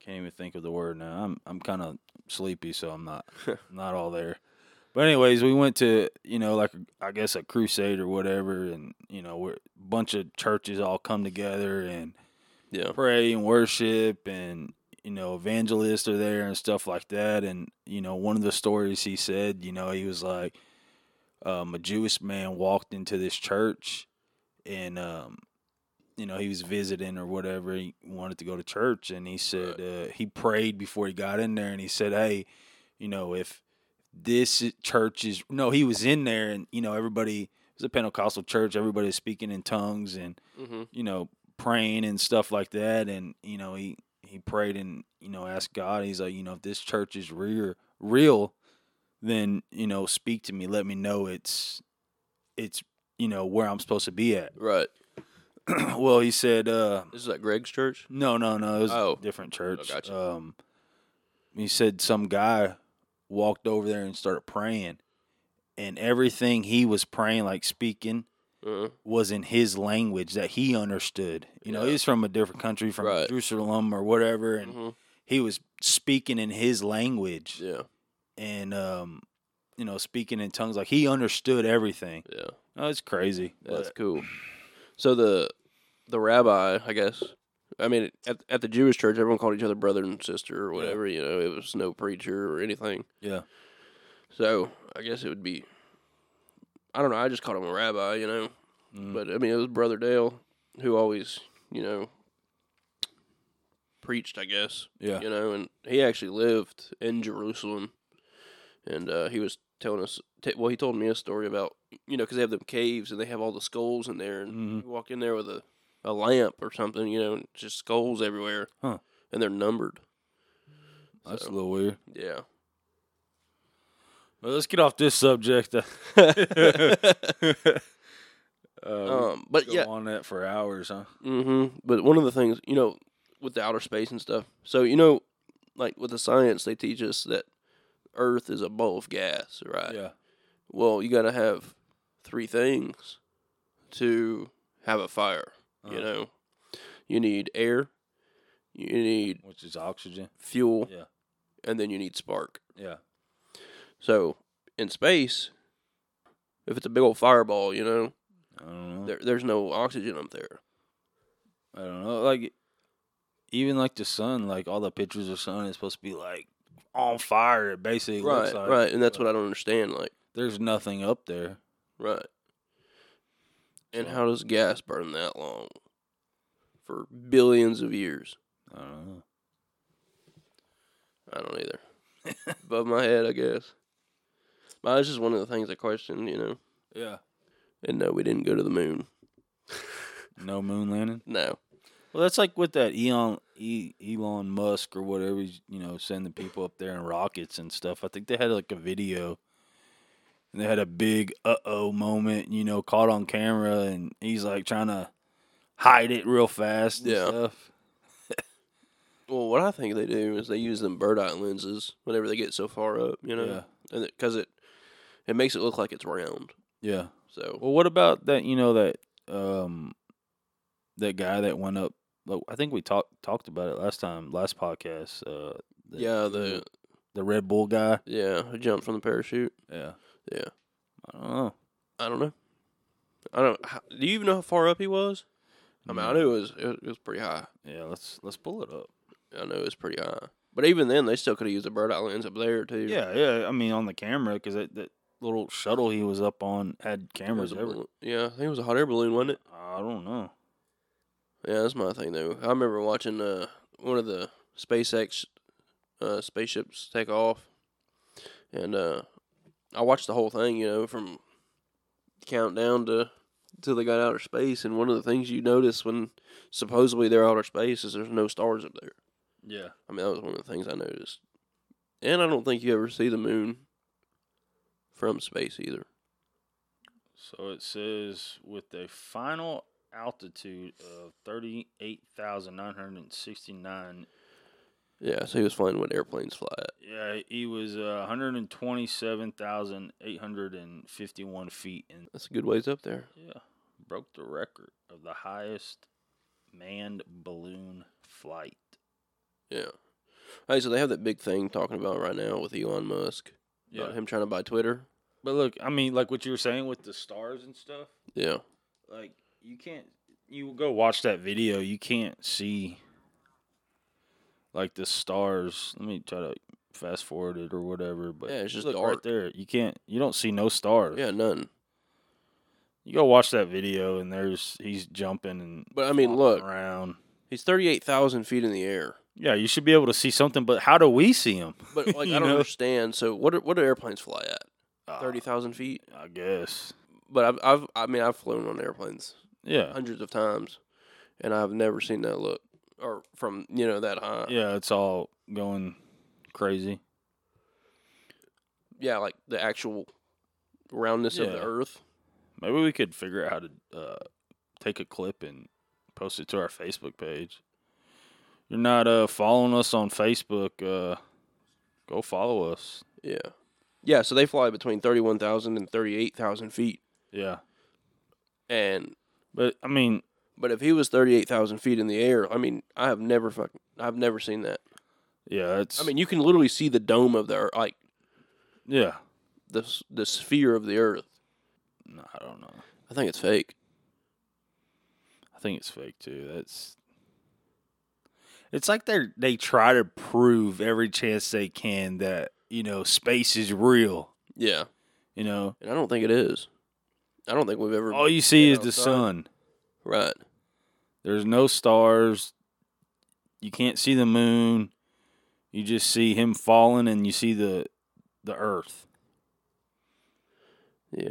can't even think of the word now. I'm I'm kind of sleepy, so I'm not not all there. But anyways, we went to you know like I guess a crusade or whatever, and you know we're a bunch of churches all come together and
Yeah.
pray and worship, and you know evangelists are there and stuff like that. And you know one of the stories he said, you know he was like, um, a Jewish man walked into this church, and um, you know he was visiting or whatever. He wanted to go to church, and he said uh, he prayed before he got in there, and he said, hey, you know if this i- church is no he was in there and you know everybody it was a pentecostal church everybody was speaking in tongues and
hmm
you know praying and stuff like that and you know he he prayed and you know asked god he's like you know if this church is real real then you know speak to me let me know it's it's you know where i'm supposed to be at
Right.
well he said uh
This is at Greg's church.
no, no, no. It was
Oh.
a different church.
Oh, gotcha.
Um, he said some guy walked over there and started praying, and everything he was praying, like speaking,
Uh-huh.
was in his language that he understood. You know,
Yeah.
he's from a different country, from
Right.
Jerusalem or whatever, and
Mhm.
he was speaking in his language
Yeah.
and um, you know, speaking in tongues. Like he understood everything.
Yeah.
No, it's crazy.
That's
but-
cool. So the the rabbi, I guess. I mean, at at the Jewish church, everyone called each other brother and sister or whatever. You know, it was no preacher or anything.
yeah,
So I guess it would be. I don't know. I just called him a rabbi, you know.
Mm.
But I mean, it was Brother Dale who always, you know, preached. I guess.
Yeah.
You know, and he actually lived in Jerusalem, and uh, he was telling us. T- well, he told me a story about you know because they have them caves and they have all the skulls in there, and
Mm-hmm.
you walk in there with a a lamp or something, you know, and just skulls everywhere,
Huh.
and they're numbered.
That's a little weird.
Yeah.
But let's get off this subject. uh,
Um. But
go
yeah,
on that for hours, huh?
hmm But one of the things, you know, with the outer space and stuff. So you know, like with the science, they teach us that Earth is a ball of gas, right?
Yeah.
Well, you got to have three things to have a fire.
Uh-huh.
You know, you need air, you need
Which is oxygen.
fuel,
Yeah.
and then you need spark.
Yeah.
So in space, if it's a big old fireball, you know,
I don't know.
there, there's no oxygen up there.
I don't know. Like even like the sun, like all the pictures of sun is supposed to be like on fire. It basically looks
Right,
like
right, and that's what I don't understand. Like.
there's nothing up there.
Right. And how does gas burn that long? For billions of years?
I don't know.
I don't either. Above my head, I guess. But that's just one of the things I questioned, you know.
Yeah.
And no, we didn't go to the moon.
No moon landing.
No.
Well, that's like with that Elon e, Elon Musk or whatever. he's, You know, sending people up there in rockets and stuff. I think they had like a video. And they had a big uh oh moment. You know, caught on camera, and he's like trying to hide it real fast. And
Yeah.
Stuff.
Well, what I think they do is they use them bird eye lenses whenever they get so far up, you know,
Yeah.
and because it, it makes it look like it's round.
Yeah.
So
Well, what about that? You know that um, that guy that went up. Like, I think we talked talked about it last time, last podcast. Uh, the,
yeah, the
the Red Bull guy.
yeah who jumped from the parachute.
Yeah,
Yeah,
I don't know.
I don't know. I don't. How, do you even know how far up he was? I mean, I knew it was it was, it was pretty high.
Yeah, let's let's pull it up.
I know it was pretty high. But even then, they still could have used a bird eye lens up there too.
Yeah, yeah. I mean, on the camera because that, that little shuttle he was up on had
It
cameras.
was a
Every-
balloon- yeah. I think it was a hot air balloon, wasn't it?
I don't know.
Yeah, that's my thing though. I remember watching uh, one of the SpaceX uh, spaceships take off, and uh, I watched the whole thing. You know, from countdown to till they got outer space. And one of the things you notice when supposedly they're outer space is there's no stars up there.
Yeah,
I mean, that was one of the things I noticed. And I don't think you ever see the moon from space either.
So it says with a final altitude of 38,969.
Yeah, so he was flying what airplanes fly at.
Yeah, he was uh, 127,851 feet and
That's a good ways up there.
yeah, broke the record of the highest manned balloon flight.
Yeah. Hey, so they have that big thing talking about right now with Elon Musk
Yeah.
about him trying to buy Twitter.
But look, I mean, like what you were saying with the stars and stuff,
Yeah,
like you can't you go watch that video, you can't see like the stars. Let me try to fast forward it or whatever, but
Yeah, it's just
look
dark.
right there. You can't you don't see no stars.
yeah, none.
You go watch that video, and there's he's jumping and
But I mean, look,
flopping around.
he's thirty-eight thousand feet in the air.
Yeah, you should be able to see something, but how do we see him?
But like, I
You
don't
know? Ah.
understand. So what? Are, what do airplanes fly at? Thirty thousand feet.
I guess.
But I've, I've, I mean, I've flown on airplanes
Yeah,
hundreds of times, and I've never seen that look or from you know that high.
yeah, it's all going crazy.
yeah, like the actual roundness of the
Yeah.
earth.
Maybe we could figure out how to uh, take a clip and post it to our Facebook page. You're not uh, following us on Facebook? Uh, go follow us.
Yeah. Yeah, so they fly between 31,000 and 38,000 feet.
Yeah,
And
but I mean,
but if he was 38,000 feet in the air, I mean, I have never fucking I've never seen that.
yeah, it's
I mean, you can literally see the dome of the earth, like
yeah.
the s- the sphere of the earth.
No, I don't know.
I think it's fake.
I think it's fake too. That's it's like they they try to prove every chance they can that you know space is real.
Yeah.
You know,
And I don't think it is. I don't think we've ever.
all you see
been
is the
outside.
sun.
Right.
There's no stars. You can't see the moon. You just see him falling, and you see the the Earth.
Yeah.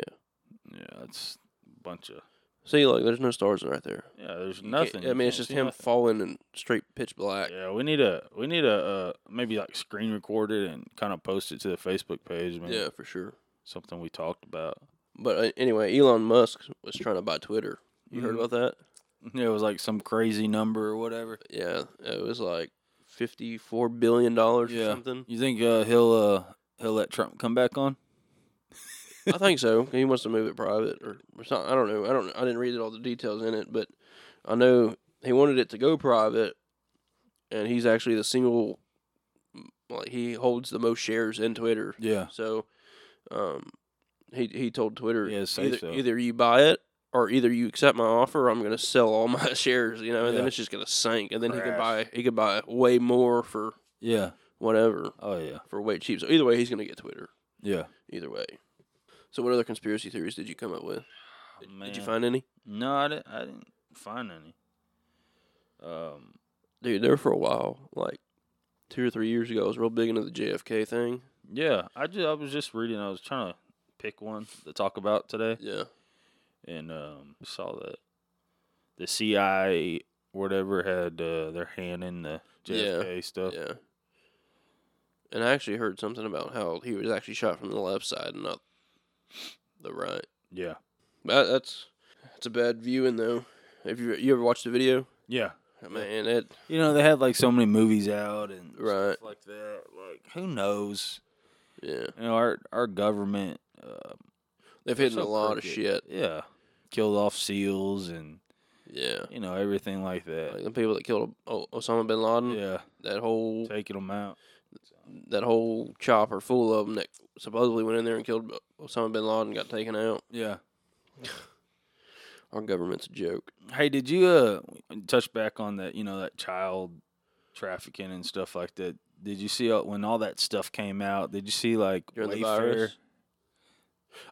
Yeah, it's a bunch of
See, look, there's no stars right there.
yeah. There's
You can't-
nothing.
I
You
mean, it's
can't
just
see
him
nothing.
falling in straight pitch black.
Yeah, we need a we need a uh, maybe like screen record it and kind of post it to the Facebook page. I mean,
yeah for sure.
something we talked about.
But uh, anyway, Elon Musk was trying to buy Twitter. You heard about that?
It was like some crazy number or whatever.
Yeah, it was like fifty-four billion dollars or
Yeah,
something.
you think uh, he'll uh, he'll let Trump come back on?
I think so. He wants to move it private or, or something. I don't know. I don't. I didn't read all the details in it, but I know he wanted it to go private, and he's actually the single. Like he holds the most shares in Twitter.
Yeah,
So, um, he he told Twitter
Yeah, say
either,
so.
either you buy it or either you accept my offer, or I'm gonna sell all my shares. You know, and then
Yeah.
it's just gonna sink, and then he can
Crash.
buy he could buy way more for
yeah.
whatever
Oh yeah,
for way cheap. So either way, he's gonna get Twitter.
yeah.
Either way. So what other conspiracy theories did you come up with? Did, did you
Man.
find any?
No, I didn't. I didn't find any. Um,
Dude, there for a while, like two or three years ago, I was real big into the JFK thing.
yeah, I just I was just reading. I was trying to pick one to talk about today,
Yeah.
and um, saw that the CIA whatever had uh, their hand in the JFK stuff.
Yeah. And I actually heard something about how he was actually shot from the left side and not the right.
Yeah,
That, that's that's a bad viewing though. If you you ever watched the video,
yeah.
I mean it.
You know they had like so many movies out and
Right.
stuff like that. Like who knows?
Yeah,
You know our our government. Uh,
they've hidden
so
a lot of
crooked.
shit.
Yeah, killed off seals and
Yeah,
you know everything like
like
that.
the people that killed O- Osama bin Laden.
Yeah,
That whole
taking them out.
that whole chopper full of them that supposedly went in there and killed Osama bin Laden got taken out.
Yeah.
Our government's a joke.
Hey, did you uh touch back on that? You know that child trafficking and stuff like that. Did you see uh, when all that stuff came out? Did you see like
During the
Wayfair
virus?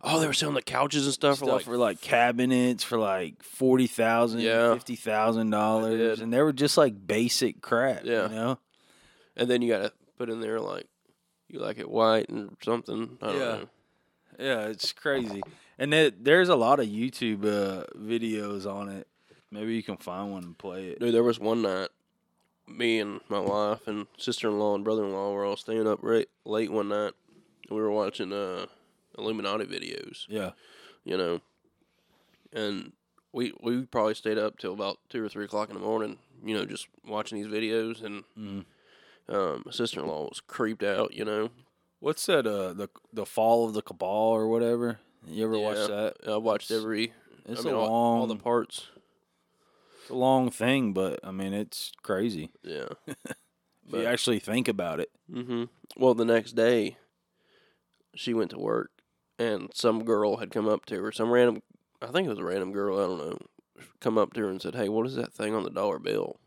Oh, they were selling the couches and stuff,
stuff
for like,
for like cabinets for like forty thousand,
Yeah.
fifty thousand
I did.
dollars, and they were just like basic crap.
Yeah.
you know.
and then you got to put in there like you like it white and something. I don't
Yeah.
know.
Yeah, it's crazy. And that there's a lot of YouTube uh, videos on it. Maybe you can find one and play it.
Dude, there was one night, me and my wife and sister in law and brother in law were all staying up right, late one night. We were watching uh, Illuminati videos,
Yeah,
you know, and we we probably stayed up till about two or three o'clock in the morning, you know, just watching these videos. And
Mhm.
um, my sister in law was creeped out, you know.
what's that? Uh, the the fall of the cabal or whatever. You ever
Yeah.
watch that?
I watched every,
It's
I mean,
a
all,
long,
all the parts.
it's a long thing, but I mean, it's crazy.
Yeah.
if
But-
you actually think about it.
hmm Well, the next day, she went to work, and some girl had come up to her, some random, I think it was a random girl, I don't know, come up to her and said, "Hey, what is that thing on the dollar bill?"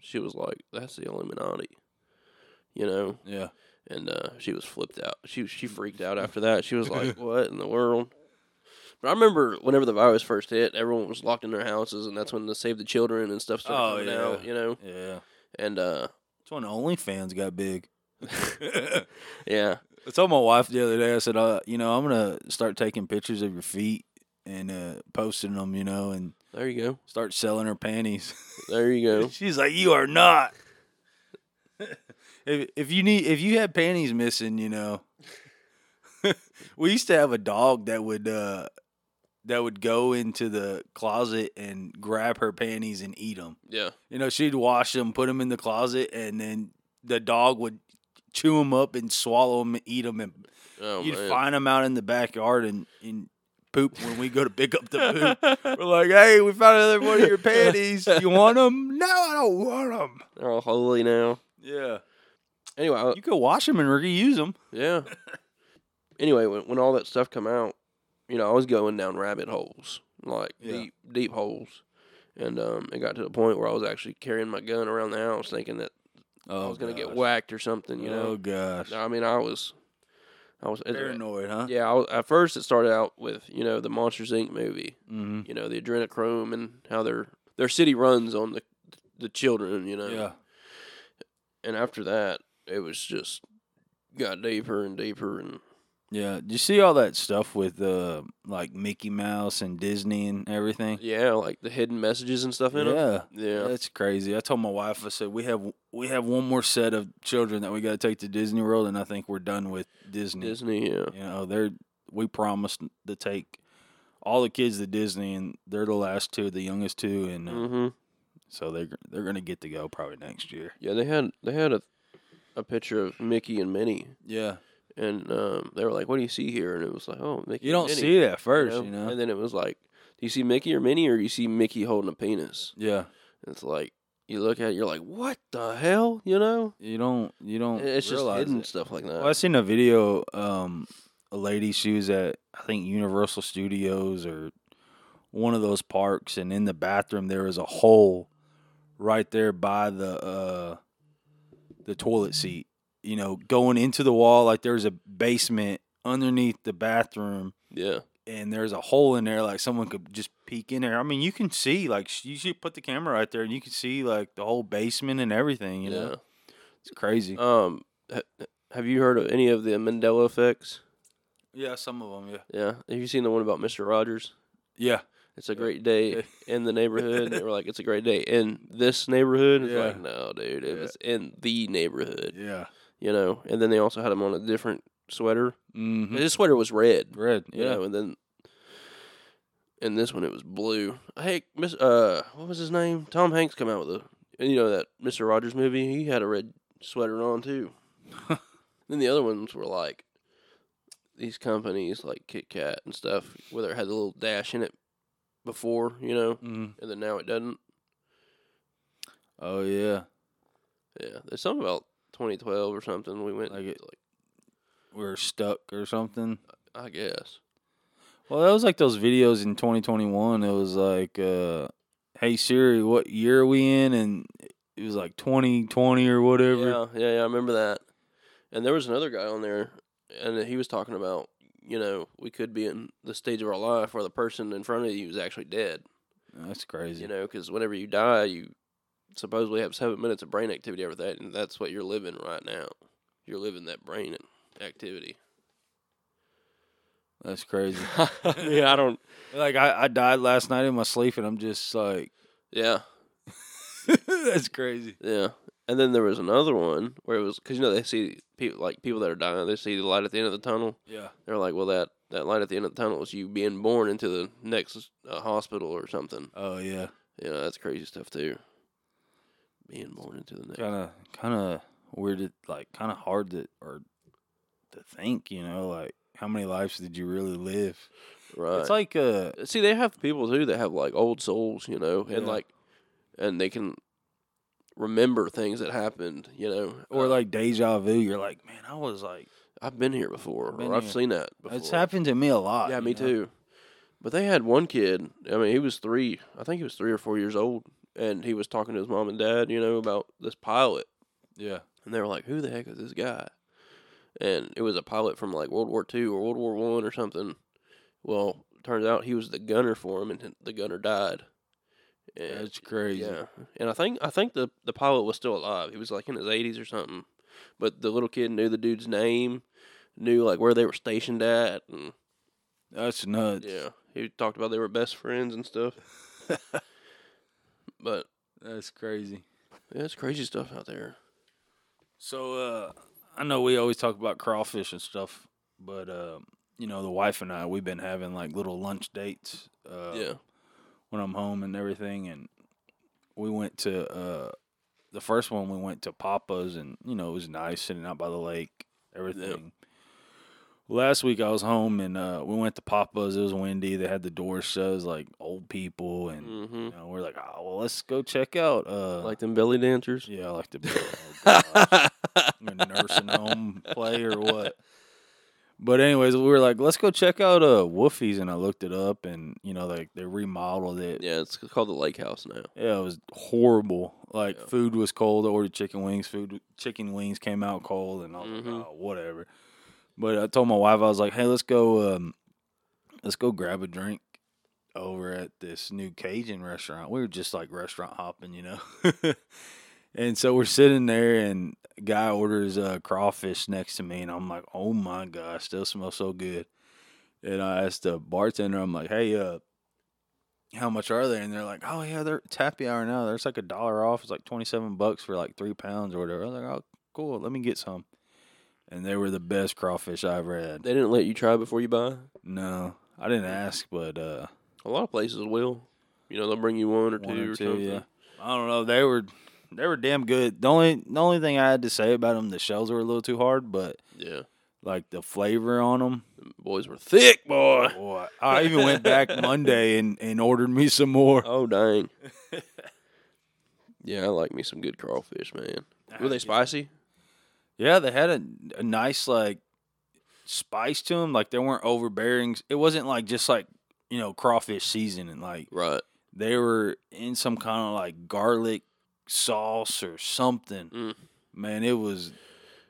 She was like, "That's the Illuminati," you know,
Yeah,
and uh, she was flipped out. She she freaked out after that. She was like, "What in the world?" But I remember whenever the virus first hit, everyone was locked in their houses, and that's when the Save the Children and stuff started
Oh,
coming
yeah.
out, you know.
yeah.
And uh,
That's when OnlyFans got big. I
yeah,
told my wife the other day. I said, uh, you know, I'm gonna start taking pictures of your feet and uh, posting them, you know, and
there you go,
start selling her panties.
there you go.
She's like, you are not. if if you need if you had panties missing, you know. we used to have a dog that would uh that would go into the closet and grab her panties and eat them.
Yeah.
You know, she'd wash them, put them in the closet, and then the dog would chew them up and swallow them and eat them. And
Oh,
you'd
man.
find them out in the backyard and, and poop when we go to pick up the poop. We're like, hey, we found another one of your panties. You want them? No, I don't want them.
They're all holy now.
Yeah.
Anyway, I-
You could wash them and reuse them.
yeah. anyway, when, when all that stuff come out, you know, I was going down rabbit holes, like
Yeah.
deep, deep holes. And um, it got to the point where I was actually carrying my gun around the house thinking that
Oh,
I was going to get whacked or something, you
Oh,
know?
gosh.
I mean, I was, I was
Paranoid, huh?
Yeah, I was, at first it started out with you know the Monsters Inc. movie,
Mm-hmm.
you know the adrenochrome and how their their city runs on the the children, you know.
Yeah.
And after that, it was just got deeper and deeper and
Yeah. Do you see all that stuff with uh, like Mickey Mouse and Disney and everything?
yeah, like the hidden messages and stuff in it.
Yeah.
Yeah,
That's crazy. I told my wife, I said, we have we have one more set of children that we got to take to Disney World, and I think we're done with Disney.
Disney. Yeah.
You know, they're we promised to take all the kids to Disney, and they're the last two, the youngest two, and uh,
Mm-hmm.
so they're they're gonna get to go probably next year.
Yeah, they had they had a a picture of Mickey and Minnie,
Yeah,
and um, they were like, "What do you see here?" And it was like, "Oh, Mickey."
you
and
don't
Minnie,"
see that first, you know.
And then it was like, "Do you see Mickey or Minnie, or do you see Mickey holding a penis?"
yeah,
It's like you look at it, you're like, what the hell? You know?
you don't you don't.
It's just
realize
hidden
it.
stuff like that.
Well, I seen a video. Um, a lady, she was at I think Universal Studios or one of those parks, and in the bathroom there was a hole right there by the uh, the toilet seat. You know, going into the wall like there's a basement underneath the bathroom,
Yeah.
and there's a hole in there like someone could just peek in there. I mean, you can see like sh- you should put the camera right there, and you can see like the whole basement and everything. You know, it's crazy.
Yeah. Um, ha- have you heard of any of the Mandela effects?
yeah, some of them. Yeah,
Yeah. Have you seen the one about Mr. Rogers?
yeah.
It's a great day in the neighborhood. They were like, it's a great day in this neighborhood. It's
Yeah.
like, no, dude, it was in the neighborhood,
Yeah.
you know? And then they also had him on a different sweater.
Mm-hmm.
His sweater was red.
Red.
you know, and then and this one it was blue. I hate Miss uh what was his name? Tom Hanks come out with a you know that Mr. Rogers movie, he had a red sweater on too. then the other ones were like these companies like Kit Kat and stuff, whether it had the little dash in it before, you know,
Mm.
and then now it doesn't.
Oh yeah.
Yeah. There's something about twenty twelve or something we went
Like
like,
it- We are stuck or something.
I guess.
Well, that was like those videos in 2021. It was like, uh, "Hey Siri, what year are we in?" And it was like 2020 or whatever.
Yeah, yeah, yeah. I remember that. And there was another guy on there, and he was talking about, you know, we could be in the stage of our life where the person in front of you is actually dead.
That's crazy.
You know, because whenever you die, you supposedly have seven minutes of brain activity over that, and that's what you're living right now. You're living that brain activity.
That's crazy.
yeah, I don't.
like I, I died last night in my sleep, and I'm just like,
Yeah,
that's crazy.
yeah. And then there was another one where it was because you know they see people like people that are dying, they see the light at the end of the tunnel.
Yeah.
They're like, well, that, that light at the end of the tunnel is you being born into the next uh, hospital or something.
Oh yeah.
You know, that's crazy stuff, too. Being born into the next.
Kind of, kind of weird. To, like, kind of hard to or to think. You know, like how many lives did you really live?
Right.
It's like uh,
See, they have people, too, that have, like, old souls, you know, and,
Yeah.
like, and they can remember things that happened, you know.
or
Uh,
like deja vu. You're like, man, I was like,
I've been here before,
Been
or I've
here.
seen that before.
it's happened to me a lot.
Yeah,
you
me
know?
too. But they had one kid. I mean, he was three. I think he was three or four years old, and he was talking to his mom and dad, you know, about this pilot.
Yeah,
and they were like, "Who the heck is this guy?" And it was a pilot from like World War Two or World War One or something. Well, turns out he was the gunner for him, and the gunner died. And,
that's crazy.
yeah, and I think I think the the pilot was still alive. He was like in his eighties or something, but the little kid knew the dude's name, knew like where they were stationed at, and
That's nuts.
yeah, he talked about they were best friends and stuff. but
that's crazy.
yeah, it's crazy stuff out there.
So uh, I know we always talk about crawfish and stuff, but uh, you know, the wife and I, we've been having like little lunch dates. Uh,
yeah,
when I'm home and everything, and we went to uh, the first one. We went to Papa's, and you know it was nice sitting out by the lake, everything. Last week I was home and uh, we went to Papa's. It was windy. They had the doors shut. It was like old people, and
hmm
you know, we're like, oh well, let's go check out. Uh,
like them belly dancers.
yeah, like the oh, gosh. nursing home play or what. But anyways, we were like, let's go check out uh Woofies, and I looked it up, and you know, like they remodeled it.
Yeah, it's called the Lake House now.
Yeah, it was horrible. Like
Yeah.
food was cold. I ordered chicken wings. Food, chicken wings came out cold, and I was
Mhm.
like, oh, whatever. But I told my wife I was like, "Hey, let's go, um, let's go grab a drink over at this new Cajun restaurant." We were just like restaurant hopping, you know. and so we're sitting there, and a guy orders uh, crawfish next to me, and I'm like, "Oh my gosh, still smells so good." And I asked the bartender, I'm like, "Hey, uh, how much are they? And they're like, oh yeah, they're it's happy hour now. There's like a dollar off. It's like twenty seven bucks for like three pounds or whatever. I was like, oh cool, let me get some. And they were the best crawfish I ever had.
They didn't let you try before you buy.
No, I didn't ask, but uh,
A lot of places will. You know, they'll bring you one or two
one
or,
or two,
something.
yeah. I don't know. They were they were damn good. The only the only thing I had to say about them, the shells were a little too hard, but
Yeah.
like the flavor on them.
Boys were thick, boy.
Boy, I even went back Monday and, and ordered me some more.
Oh dang. yeah, I like me some good crawfish, man. Were they spicy?
Yeah, they had a, a nice like spice to them. Like they weren't overbearing. It wasn't like just like you know crawfish seasoning. Like
Right.
they were in some kind of like garlic sauce or something.
Mm.
Man, it was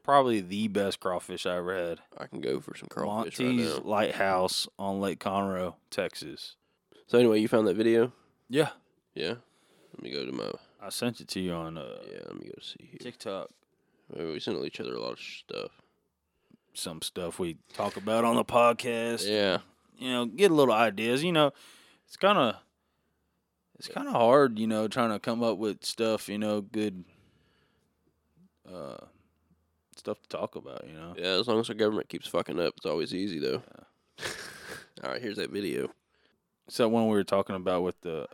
probably the best crawfish I ever had.
I can go for some crawfish
Monty's
right now.
Lighthouse on Lake Conroe, Texas.
So anyway, you found that video?
Yeah,
Yeah. Let me go to my
I sent it to you on uh,
yeah. Let me go see here.
TikTok.
Oh, we sent each other a lot of stuff.
Some stuff we talk about on the podcast.
Yeah.
you know, get a little ideas. You know, it's kind of it's kind of hard, you know, trying to come up with stuff, you know, good uh stuff to talk about, you know.
Yeah. As long as our government keeps fucking up, it's always easy though. All right. Here's that video.
So when we were talking about with the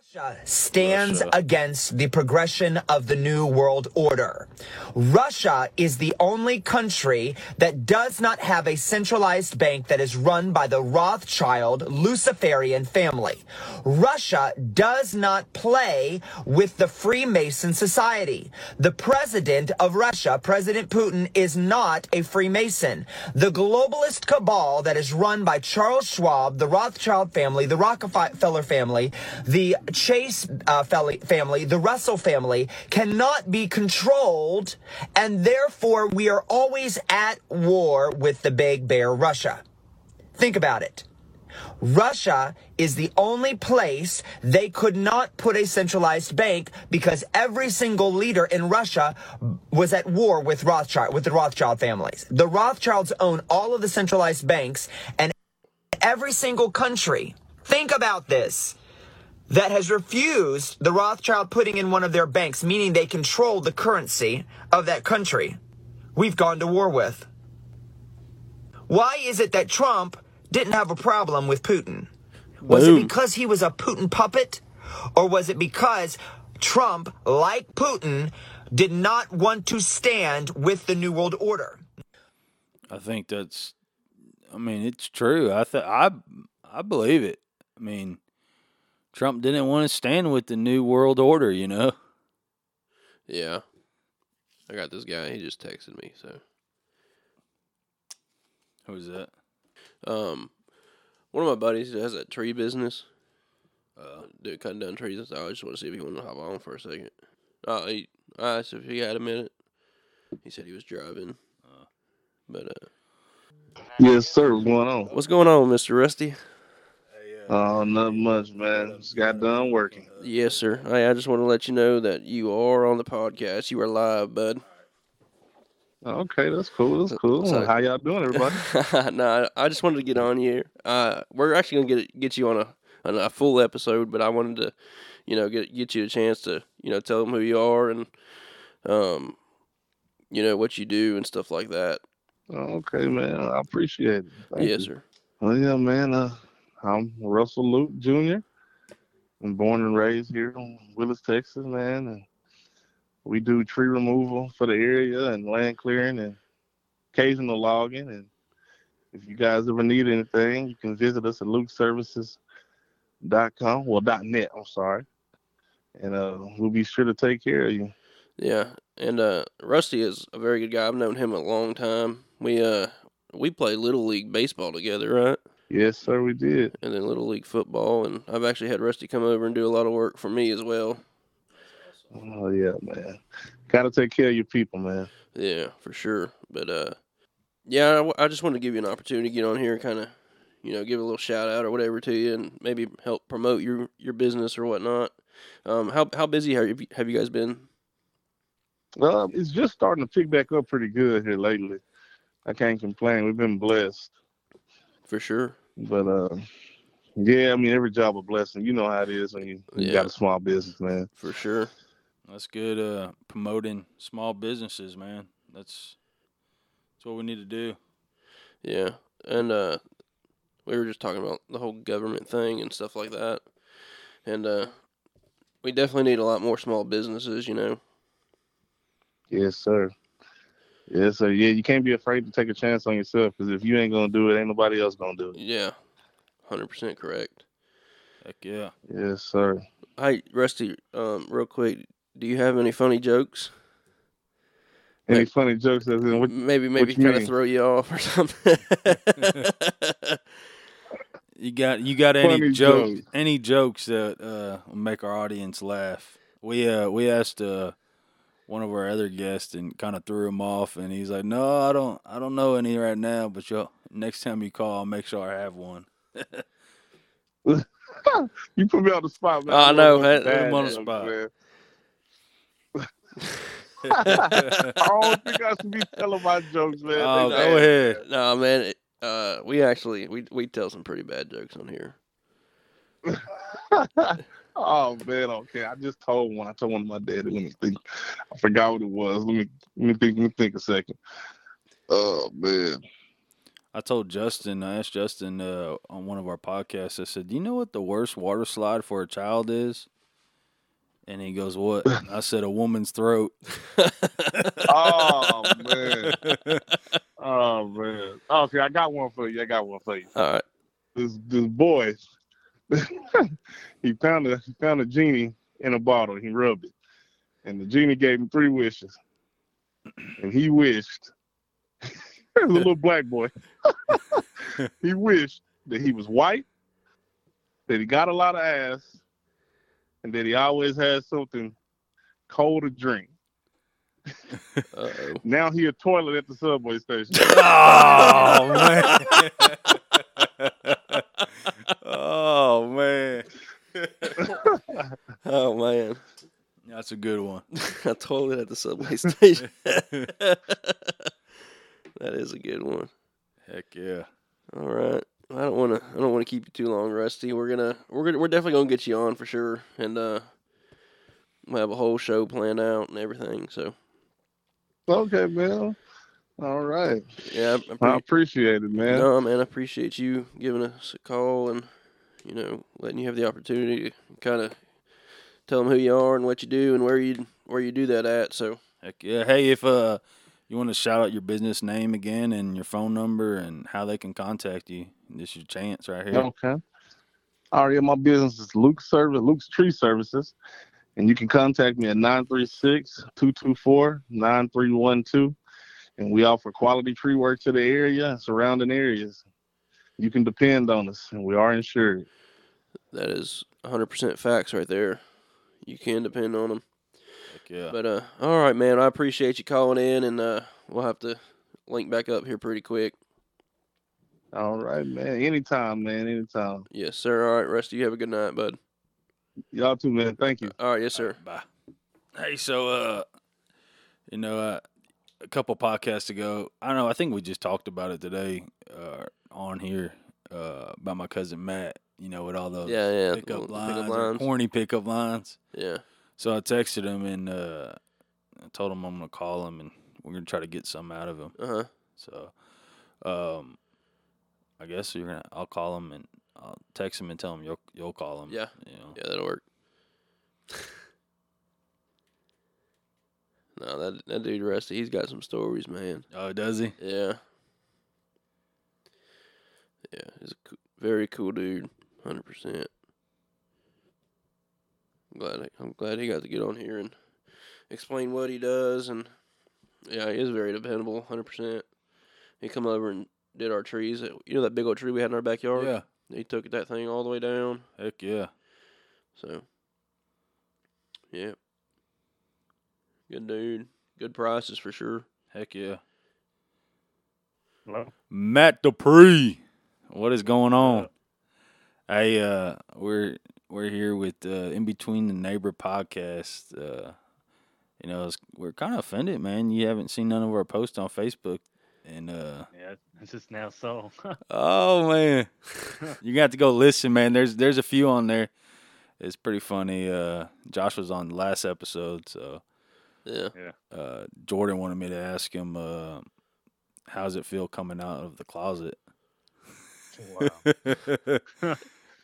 stands
Russia.
against the progression of the New World Order. Russia is the only country that does not have a centralized bank that is run by the Rothschild Luciferian family. Russia does not play with the Freemason Society. The president of Russia, President Putin, is not a Freemason. The globalist cabal that is run by Charles Schwab, the Rothschild family, the Rockefeller family, the Chase uh, fel- family, the Russell family cannot be controlled, and therefore we are always at war with the big bear Russia. Think about it. Russia is the only place they could not put a centralized bank because every single leader in Russia was at war with Rothschild, with the Rothschild families. The Rothschilds own all of the centralized banks and every single country. Think about this. That has refused the Rothschild putting in one of their banks, meaning they control the currency of that country. We've gone to war with. Why is it that Trump didn't have a problem with Putin? Was it
Boom.
because he was a Putin puppet? Or was it because Trump, like Putin, did not want to stand with the New World Order?
I think that's I mean, it's true. I th- I I believe it. I mean, Trump didn't want to stand with the new world order, you know.
Yeah. I got this guy. He just texted me. So.
Who is that?
Um, one of my buddies has that tree business. Uh, dude, cutting down trees and stuff. I just want to see if he wanted to hop on for a second. Uh, he, I asked if he had a minute. He said he was driving. But uh,
Yes, sir. What's going on?
what's going on, Mister Rusty?
Oh, not much, man. Just got done working.
Yes, sir. Hey, I just want to let you know that you are on the podcast. You are live, bud.
Okay, that's cool. That's cool.
So-
How y'all doing, everybody?
no, I I just wanted to get on here. Uh, we're actually gonna get get you on a on a full episode, but I wanted to, you know, get get you a chance to, you know, tell them who you are and, um, you know what you do and stuff like that.
okay, man. I appreciate it. Thank
yes,
you.
sir.
Well, yeah, man. Uh, I'm Russell Luke Jr. I'm born and raised here in Willis, Texas, man. And we do tree removal for the area and land clearing and occasional logging. And if you guys ever need anything, you can visit us at lukeservices.com. Well, dot .net, I'm sorry. And uh, we'll be sure to take care of you.
Yeah, and uh, Rusty is a very good guy. I've known him a long time. We uh we played little league baseball together, right?
Yes, sir, we did.
And then little league football, and I've actually had Rusty come over and do a lot of work for me as well.
Oh, yeah, man. Got to take care of your people, man.
Yeah, for sure. But uh yeah, I w- I, just wanted to give you an opportunity to get on here and kind of, you know, give a little shout out or whatever to you, and maybe help promote your your business or whatnot. Um, how how busy have you, have you guys been?
Well, it's just starting to pick back up pretty good here lately. I can't complain. We've been blessed,
For sure.
but uh, yeah, I mean every job a blessing. You know how it is when you, you
Yeah.
got a small business, man.
For sure.
That's good. Uh, promoting small businesses, man. That's that's what we need to do.
Yeah, and uh, we were just talking about the whole government thing and stuff like that, and uh, we definitely need a lot more small businesses. You know,
Yes, sir. Yes, sir. Yeah, you can't be afraid to take a chance on yourself because if you ain't gonna do it, ain't nobody else gonna do it.
yeah, hundred percent correct.
Heck yeah.
Yes, sir.
Hey, Rusty, um, real quick, do you have any funny jokes?
Any
Like-
funny jokes? As in, what,
maybe maybe
you
kind of
mean?
throw you off or something.
You got you got any
Funny
jokes
jokes.
any jokes that uh will make our audience laugh? We uh we asked uh one of our other guests and kind of threw him off, and he's like, "No, I don't I don't know any right now, but you next time you call, I'll make sure I have one."
you put me on the spot, man.
I know,
wasn't
hey,
bad,
I'm on the
man.
spot.
I don't think I should be telling my jokes, man.
oh,
They
go
bad.
ahead.
no man, it, uh, we actually we we tell some pretty bad jokes on here.
oh man, okay. I just told one. I told one of my daddy. Let me think. I forgot what it was. Let me let me think. Let me think a second. Oh man.
I told Justin, I asked Justin uh, on one of our podcasts, I said, Do you know what the worst water slide for a child is? And he goes, What? And I said, A woman's throat.
Oh man. Oh man. Okay, I got one for you. I got one for you.
All right,
This this boy. he found a he found a genie in a bottle. He rubbed it, and the genie gave him three wishes, and he wished. the little black boy. he wished that he was white, that he got a lot of ass, and that he always had something cold to drink.
uh
Now he a toilet at the subway station.
oh, man. oh, man.
oh, oh man,
That's a good one.
I told it at the subway station. that is a good one.
Heck yeah.
All right. I don't want to. I don't want to keep you too long, Rusty. We're gonna. We're gonna. We're definitely gonna get you on for sure, and uh, we'll have a whole show planned out and everything. So
okay, man. All right.
yeah, I'm, I'm
I
pretty,
appreciate it, man.
No, man, I appreciate you giving us a call and you know letting you have the opportunity to kind of tell them who you are and what you do and where you where you do that at. So
Heck yeah. Hey, if uh, you want to shout out your business name again and your phone number and how they can contact you, this is your chance right here.
Okay. All right, yeah, my business is Luke's Service, Luke's Tree Services. And you can contact me at 936 224 9312. And we offer quality tree work to the area and surrounding areas. You can depend on us, and we are insured.
that is 100% facts right there. You can depend on them.
Heck yeah.
But uh, all right, man. I appreciate you calling in, and uh, we'll have to link back up here pretty quick.
All right, man. Anytime, man. Anytime.
Yes, sir. All right, Rusty. You have a good night, bud.
Y'all too, man. Thank you.
All right, yes, sir.
Bye. Hey, so uh, you know, uh, a couple podcasts ago, I don't know. I think we just talked about it today uh, on here uh, about my cousin Matt. You know, with all those
Yeah, yeah.
pickup
little
lines, or corny pickup lines.
Yeah.
So I texted him and uh, I told him I'm gonna call him and we're gonna try to get some out of him.
Uh huh.
So, um, I guess you're gonna. I'll call him and I'll text him and tell him you'll you'll call him.
Yeah.
You know.
Yeah, that'll work. no, that that dude Rusty, he's got some stories, man.
Oh, does he?
Yeah. Yeah, he's a coo- very cool dude. Hundred percent. I'm glad I'm glad he got to get on here and explain what he does, and yeah, he is very dependable. Hundred percent. He come over and did our trees. You know that big old tree we had in our backyard.
Yeah.
He took that thing all the way down.
Heck yeah.
So, yeah. Good dude. Good prices for sure.
Heck yeah.
Hello?
Matt Dupree. What is going on? Hey, uh, we're we're here with uh, in between the neighbor podcast. Uh, you know, it's, we're kind of offended, man. You haven't seen none of our posts on Facebook, and uh,
Yeah, it's just now so.
oh man, you got to go listen, man. There's there's a few on there. It's pretty funny. Uh, Josh was on the last episode, so
Yeah.
uh, Jordan wanted me to ask him, uh, "How's it feel coming out of the closet?"
wow.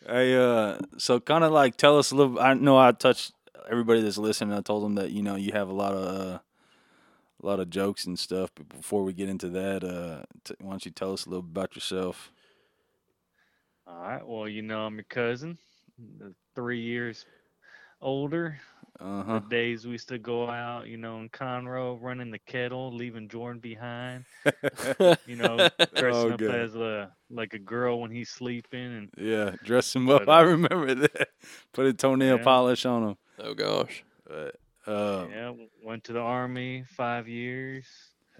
Hey, uh, so kind of like tell us a little. I know I touched everybody that's listening. I told them that you know you have a lot of uh, a lot of jokes and stuff. But before we get into that, uh, t- why don't you tell us a little about yourself?
All right. Well, you know, I'm your cousin, th- three years older.
Uh
The
huh.
days we used to go out, you know, in Conroe, running the kettle, leaving Jordan behind. You know,
Oh,
dressing up
God.
as a like a girl when he's sleeping, and
Yeah, dress him up.
But, uh,
I remember that. Put a toenail
Yeah.
polish on him.
Oh gosh.
But, uh,
yeah, w- went to the army five years,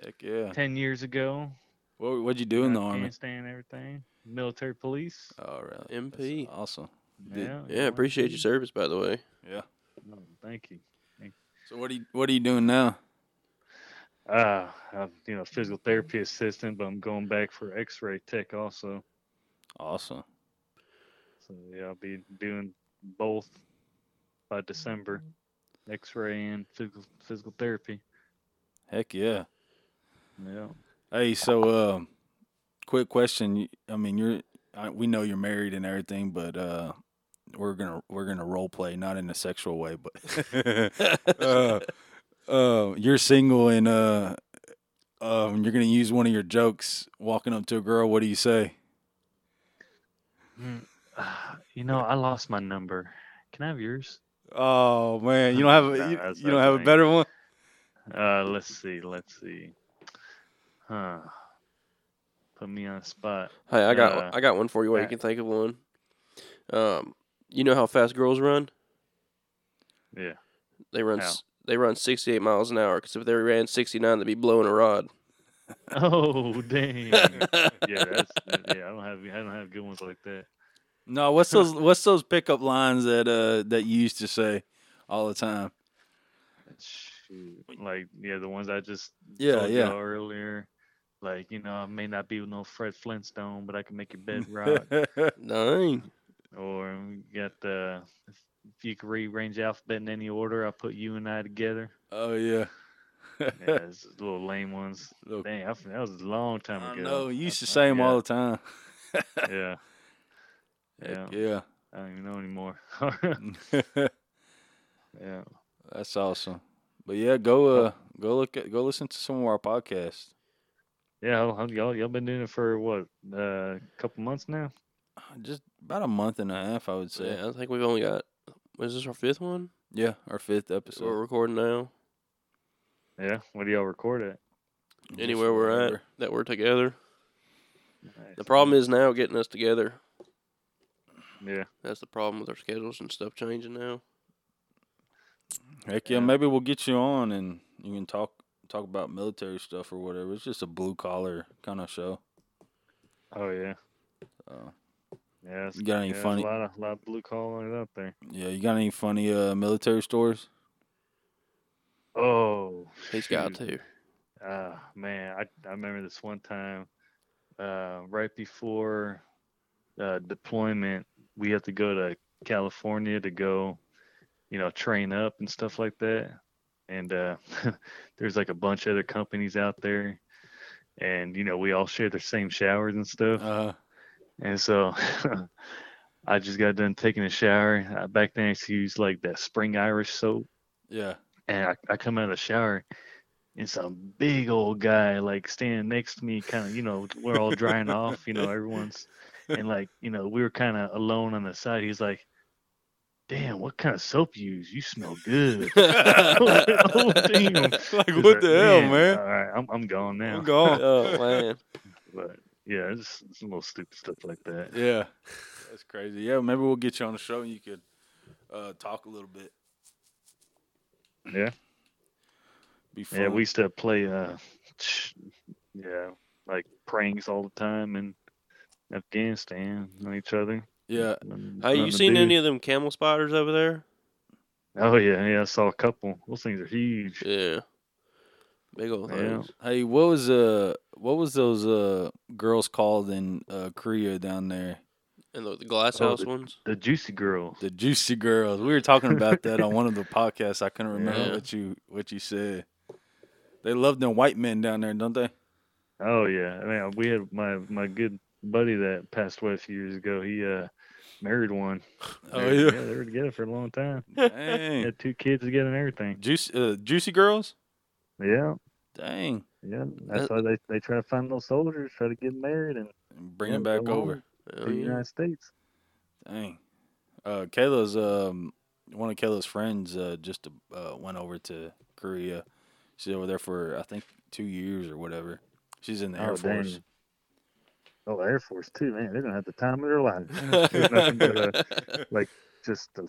heck yeah.
ten years ago.
What what'd you do in the army?
Afghanistan, everything, military police.
All right.
MP.
Oh, Awesome. Did-
Oh, Yeah,
Yeah, appreciate your service by the way.
Yeah.
No, thank you.
So what are you what are you doing now?
Uh, I'm, you know, physical therapy assistant, but I'm going back for X-ray tech also.
Awesome.
So yeah, I'll be doing both by December, X-ray and physical physical therapy.
Heck yeah.
Yeah.
Hey, so um, quick question. You- I mean, you're I, we know you're married and everything, but uh, we're gonna we're gonna role play, not in a sexual way, but uh, uh, you're single and uh, um, you're gonna use one of your jokes walking up to a girl. What do you say?
You know, I lost my number. Can I have yours?
Oh man, you don't
Nah,
have a,
that's
you, you don't
not
have a
funny.
better one.
Uh, let's see, let's see. Huh. Put me on the spot.
Hey, I got
Uh,
I got one for you. Wait, you
yeah.
can think of one. Um, you know how fast girls run?
Yeah.
They run
How?
s they run 68 miles an hour because if they ran 69, they'd be blowing a rod.
Oh dang. yeah, that's yeah. I don't have I don't have good ones like that.
No, what's those what's those pickup lines that uh that you used to say all the time?
Shoot. Like yeah, the ones I just
Yeah,
told
yeah.
y'all earlier. Like you know, I may not be no Fred Flintstone, but I can make your bed rock.
Dang.
or we got the if- if you could rearrange the alphabet in any order, I'll put you and I together.
oh yeah.
Yeah, it's just little lame ones.
Little-
Dang, I f that was a long time
I
ago.
know. You used to
I
say them all the
forgot.
time.
Yeah. Yeah,
Heck yeah.
I don't even know anymore. yeah,
That's awesome. But yeah, go uh go look at go listen to some of our podcasts.
yeah. I'll- I'll- Y'all, y'all been doing it for what? A couple months now.
Just about a month and a half, I would
So,
say. Yeah,
yeah, I think we've only got. Was this our fifth one?
our fifth
that We're
episode.
recording now.
Yeah. What do y'all record at?
Just
Anywhere we're at
whatever.
that we're together. The problem is now getting us together.
Yeah.
That's the problem with our schedules and stuff changing now.
Heck yeah,
Yeah.
maybe we'll get you on and you can talk talk about military stuff or whatever. It's just a blue collar kind of show.
Oh yeah.
So,
Yeah. it's-
Uh, You got any
yeah, it's
funny-
A lot of lot of blue collars out there.
yeah, you got any funny uh military stories?
Oh.
He's got
shoot.
to.
Uh, man, I, I remember this one time uh, right before uh, deployment, we had to go to California to go, you know, train up and stuff like that. And uh, there's like a bunch of other companies out there. And, you know, we all share the same showers and stuff.
Uh
And so I just got done taking a shower. Uh, Back then, I used to use like that spring Irish soap
yeah.
and I, I come out of the shower and some big old guy like standing next to me kind of you know we're all drying off you know everyone's and like you know we were kind of alone on the side he's like damn what kind of soap you use you smell good oh, damn.
Like
He's
what
like,
the hell, man?
all right i'm, I'm gone now
I'm gone.
Oh man.
but yeah it's, it's a little stupid stuff like that
Yeah, that's crazy. Yeah, maybe we'll get you on the show and you could uh, talk a little bit.
Yeah.
Be fun.
yeah we used to play uh yeah like pranks all the time in Afghanistan on each other.
Yeah.
Have you seen any of them camel spiders over there?
Oh yeah, yeah. I saw a couple. Those things are huge.
Yeah. Big old
Yeah.
things.
Hey, what was uh what was those uh girls called in uh Korea down there?
And the, the glass
Oh,
house
the-
ones.
The juicy girl.
The juicy girls. We were talking about that on one of the podcasts. I couldn't remember
Yeah.
what you what you said. They love them white men down there, don't they?
Oh yeah, I mean, we had my my good buddy that passed away a few years ago. He uh married one.
Oh
They-
yeah.
yeah. They were together for a long time.
Hmm.
Dang.
Had two kids together and everything.
Juice uh, juicy girls?
Yeah,
Dang.
yeah. That's why they they try to find those soldiers, try to get married and
Bring
yeah,
them back
go home
over.
Oh,
to the
yeah.
United States.
Dang. Uh Kayla's um one of Kayla's friends uh just uh went over to Korea. She's over there for I think 2 years or whatever. She's in the Air
Oh, dang.
Force.
Oh, the Air Force too, man. They're gonna have the time of their life. There's nothing but uh like just a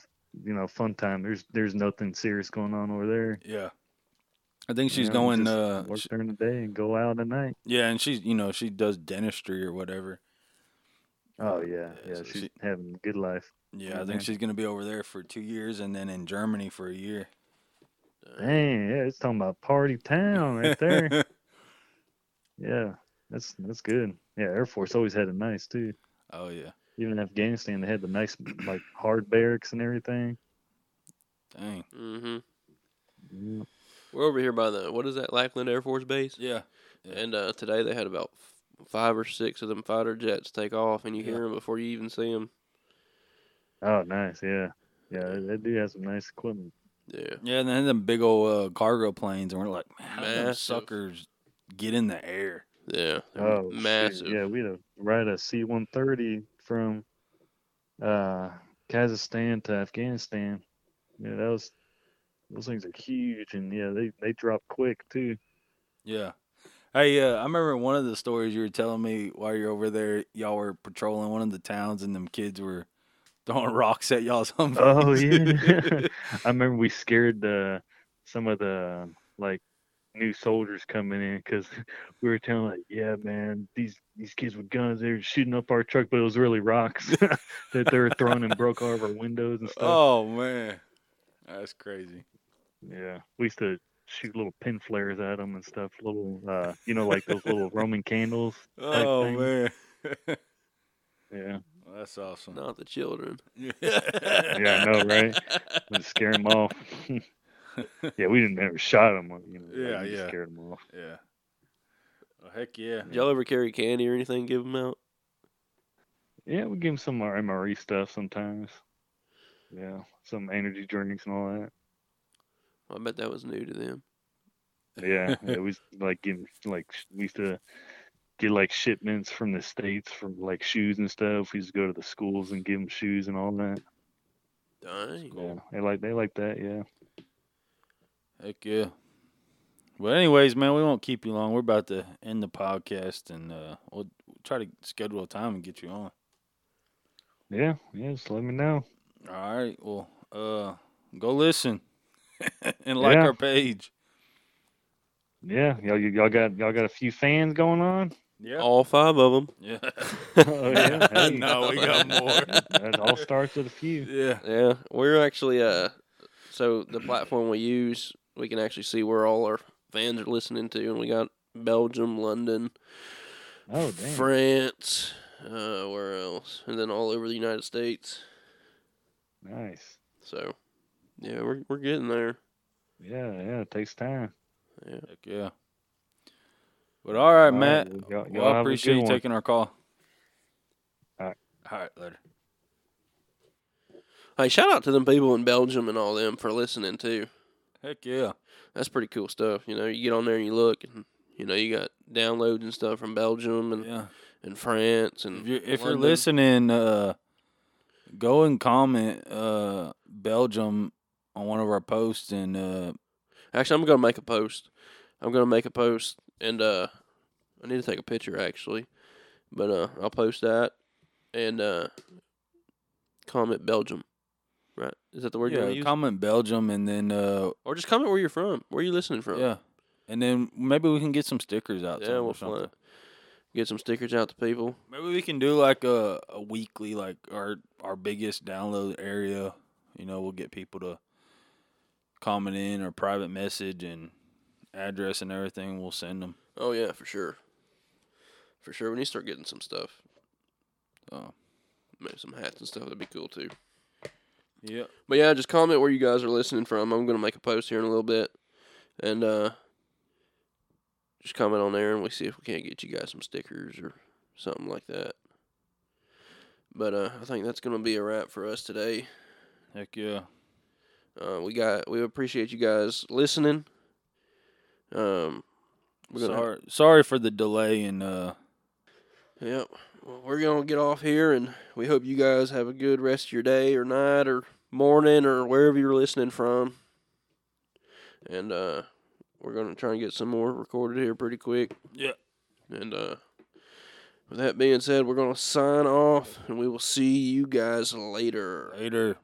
you know fun time. There's there's nothing serious going on over there.
Yeah. I think she's
You know,
going
just
uh
work
sh-
during the day and go out at night.
yeah, and she's you know, she does dentistry or whatever.
Oh yeah, yeah.
so
she's
she-
having a good life.
Yeah, I
Yeah,
think
man.
she's gonna be over there for two years and then in Germany for a year. Uh,
Dang, yeah, it's talking about party town right there. yeah, that's that's good. Yeah, Air Force always had it nice too.
oh yeah.
Even in Afghanistan, they had the nice like hard barracks and everything.
Dang.
hmm
Yeah.
We're over here by the what is that Lackland Air Force Base?
Yeah.
And uh, today they had about f- five or six of them fighter jets take off, and you hear 'em
Yeah.
hear them before you even see them.
Oh, nice. Yeah, yeah. They, they do have some nice equipment.
Yeah,
Yeah, and then them big old uh, cargo planes and we're like, man, how did them
Massive.
suckers get in the air?
yeah, They're
Oh, shoot,
massive.
Yeah, we had to ride a C one thirty from uh Kazakhstan to Afghanistan. Yeah, that was those things are huge, and yeah, they they drop quick too.
Yeah. Hey, uh, I remember one of the stories you were telling me while you're over there. Y'all were patrolling one of the towns, and them kids were throwing rocks at y'all's home.
Oh yeah, I remember we scared the some of the like new soldiers coming in because we were telling like, yeah, man, these these kids with guns, they're shooting up our truck, but it was really rocks that they were throwing and broke all of our windows and stuff.
oh man, that's crazy.
Yeah, we used to shoot little pin flares at them and stuff. Little, uh, you know, like those little Roman candles. type
Oh
thing.
man,
Yeah,
that's awesome.
Not the children.
yeah, I know, right? We'd scare them off. yeah, we didn't ever shot them. You know, like,
Yeah,
we just
yeah.
Scared them off.
Yeah. Oh, heck yeah.
Did y'all ever carry candy or anything? Give them out.
Yeah, we give them some of our MRE E stuff sometimes. Yeah, some energy drinks and all that.
I bet that was new to them.
Yeah, yeah, we used to, like getting like sh- we used to get like shipments from the states from like shoes and stuff. We used to go to the schools and give them shoes and all that.
Dang.
Yeah, they like they like that. Yeah.
Heck yeah. But anyways, man, we won't keep you long. We're about to end the podcast, and uh, we'll try to schedule a time and get you on.
Yeah, yeah, just let me know.
All right. Well, uh, go listen and like
Yeah.
our page.
Yeah, y'all, y'all got y'all got a few fans going on.
Yeah.
All five of them.
yeah.
Oh yeah, hey,
no, we got more.
that all starts with a few.
yeah.
Yeah, we're actually uh, so the platform we use, we can actually see where all our fans are listening to, and we got Belgium, London,
Oh damn,
France, uh, where else, and then all over the United States.
nice.
So, yeah, we're we're getting there.
Yeah, yeah, it takes time.
Heck yeah. But all right,
All right,
Matt.
well, y'all-
Well,
y'all have a
I
good
appreciate you
one.
taking our call.
All right.
All right. Later.
Hey, shout out to them people in Belgium and all them for listening too.
Heck yeah.
That's pretty cool stuff. You know, you get on there and you look, and you know, you got downloads and stuff from Belgium and,
Yeah.
and France and
If you're, if you're
London.
listening, uh, go and comment uh, Belgium on one of our posts and uh,
Actually, I'm gonna make a post. I'm gonna make a post, and uh, I need to take a picture actually, but uh, I'll post that and uh, comment Belgium. Right? Is that the word you want to
yeah,
use?
comment Belgium and then uh,
or just comment where you're from. Where you listening from?
yeah, and then maybe we can get some stickers out. to
yeah,
them or
we'll
something.
fly. Get some stickers out to people.
Maybe we can do like a, a weekly, like our our biggest download area. You know, we'll get people to comment in or private message and address and everything. We'll send them.
Oh yeah, for sure. For sure, we need to start getting some stuff.
Oh.
Maybe some hats and stuff. That'd be cool too.
Yeah.
But yeah, just comment where you guys are listening from. I'm gonna make a post here in a little bit, and uh, just comment on there, and we see if we can't get you guys some stickers or something like that. But uh, I think that's gonna be a wrap for us today.
Heck yeah.
Uh, we got we appreciate you guys listening. Um, we're gonna
Sorry, sorry for the delay and uh,
Yep. Well, we're going to get off here, and we hope you guys have a good rest of your day or night or morning or wherever you're listening from. And uh, we're going to try and get some more recorded here pretty quick.
Yeah.
And uh, with that being said, we're going to sign off, and we will see you guys later.
later.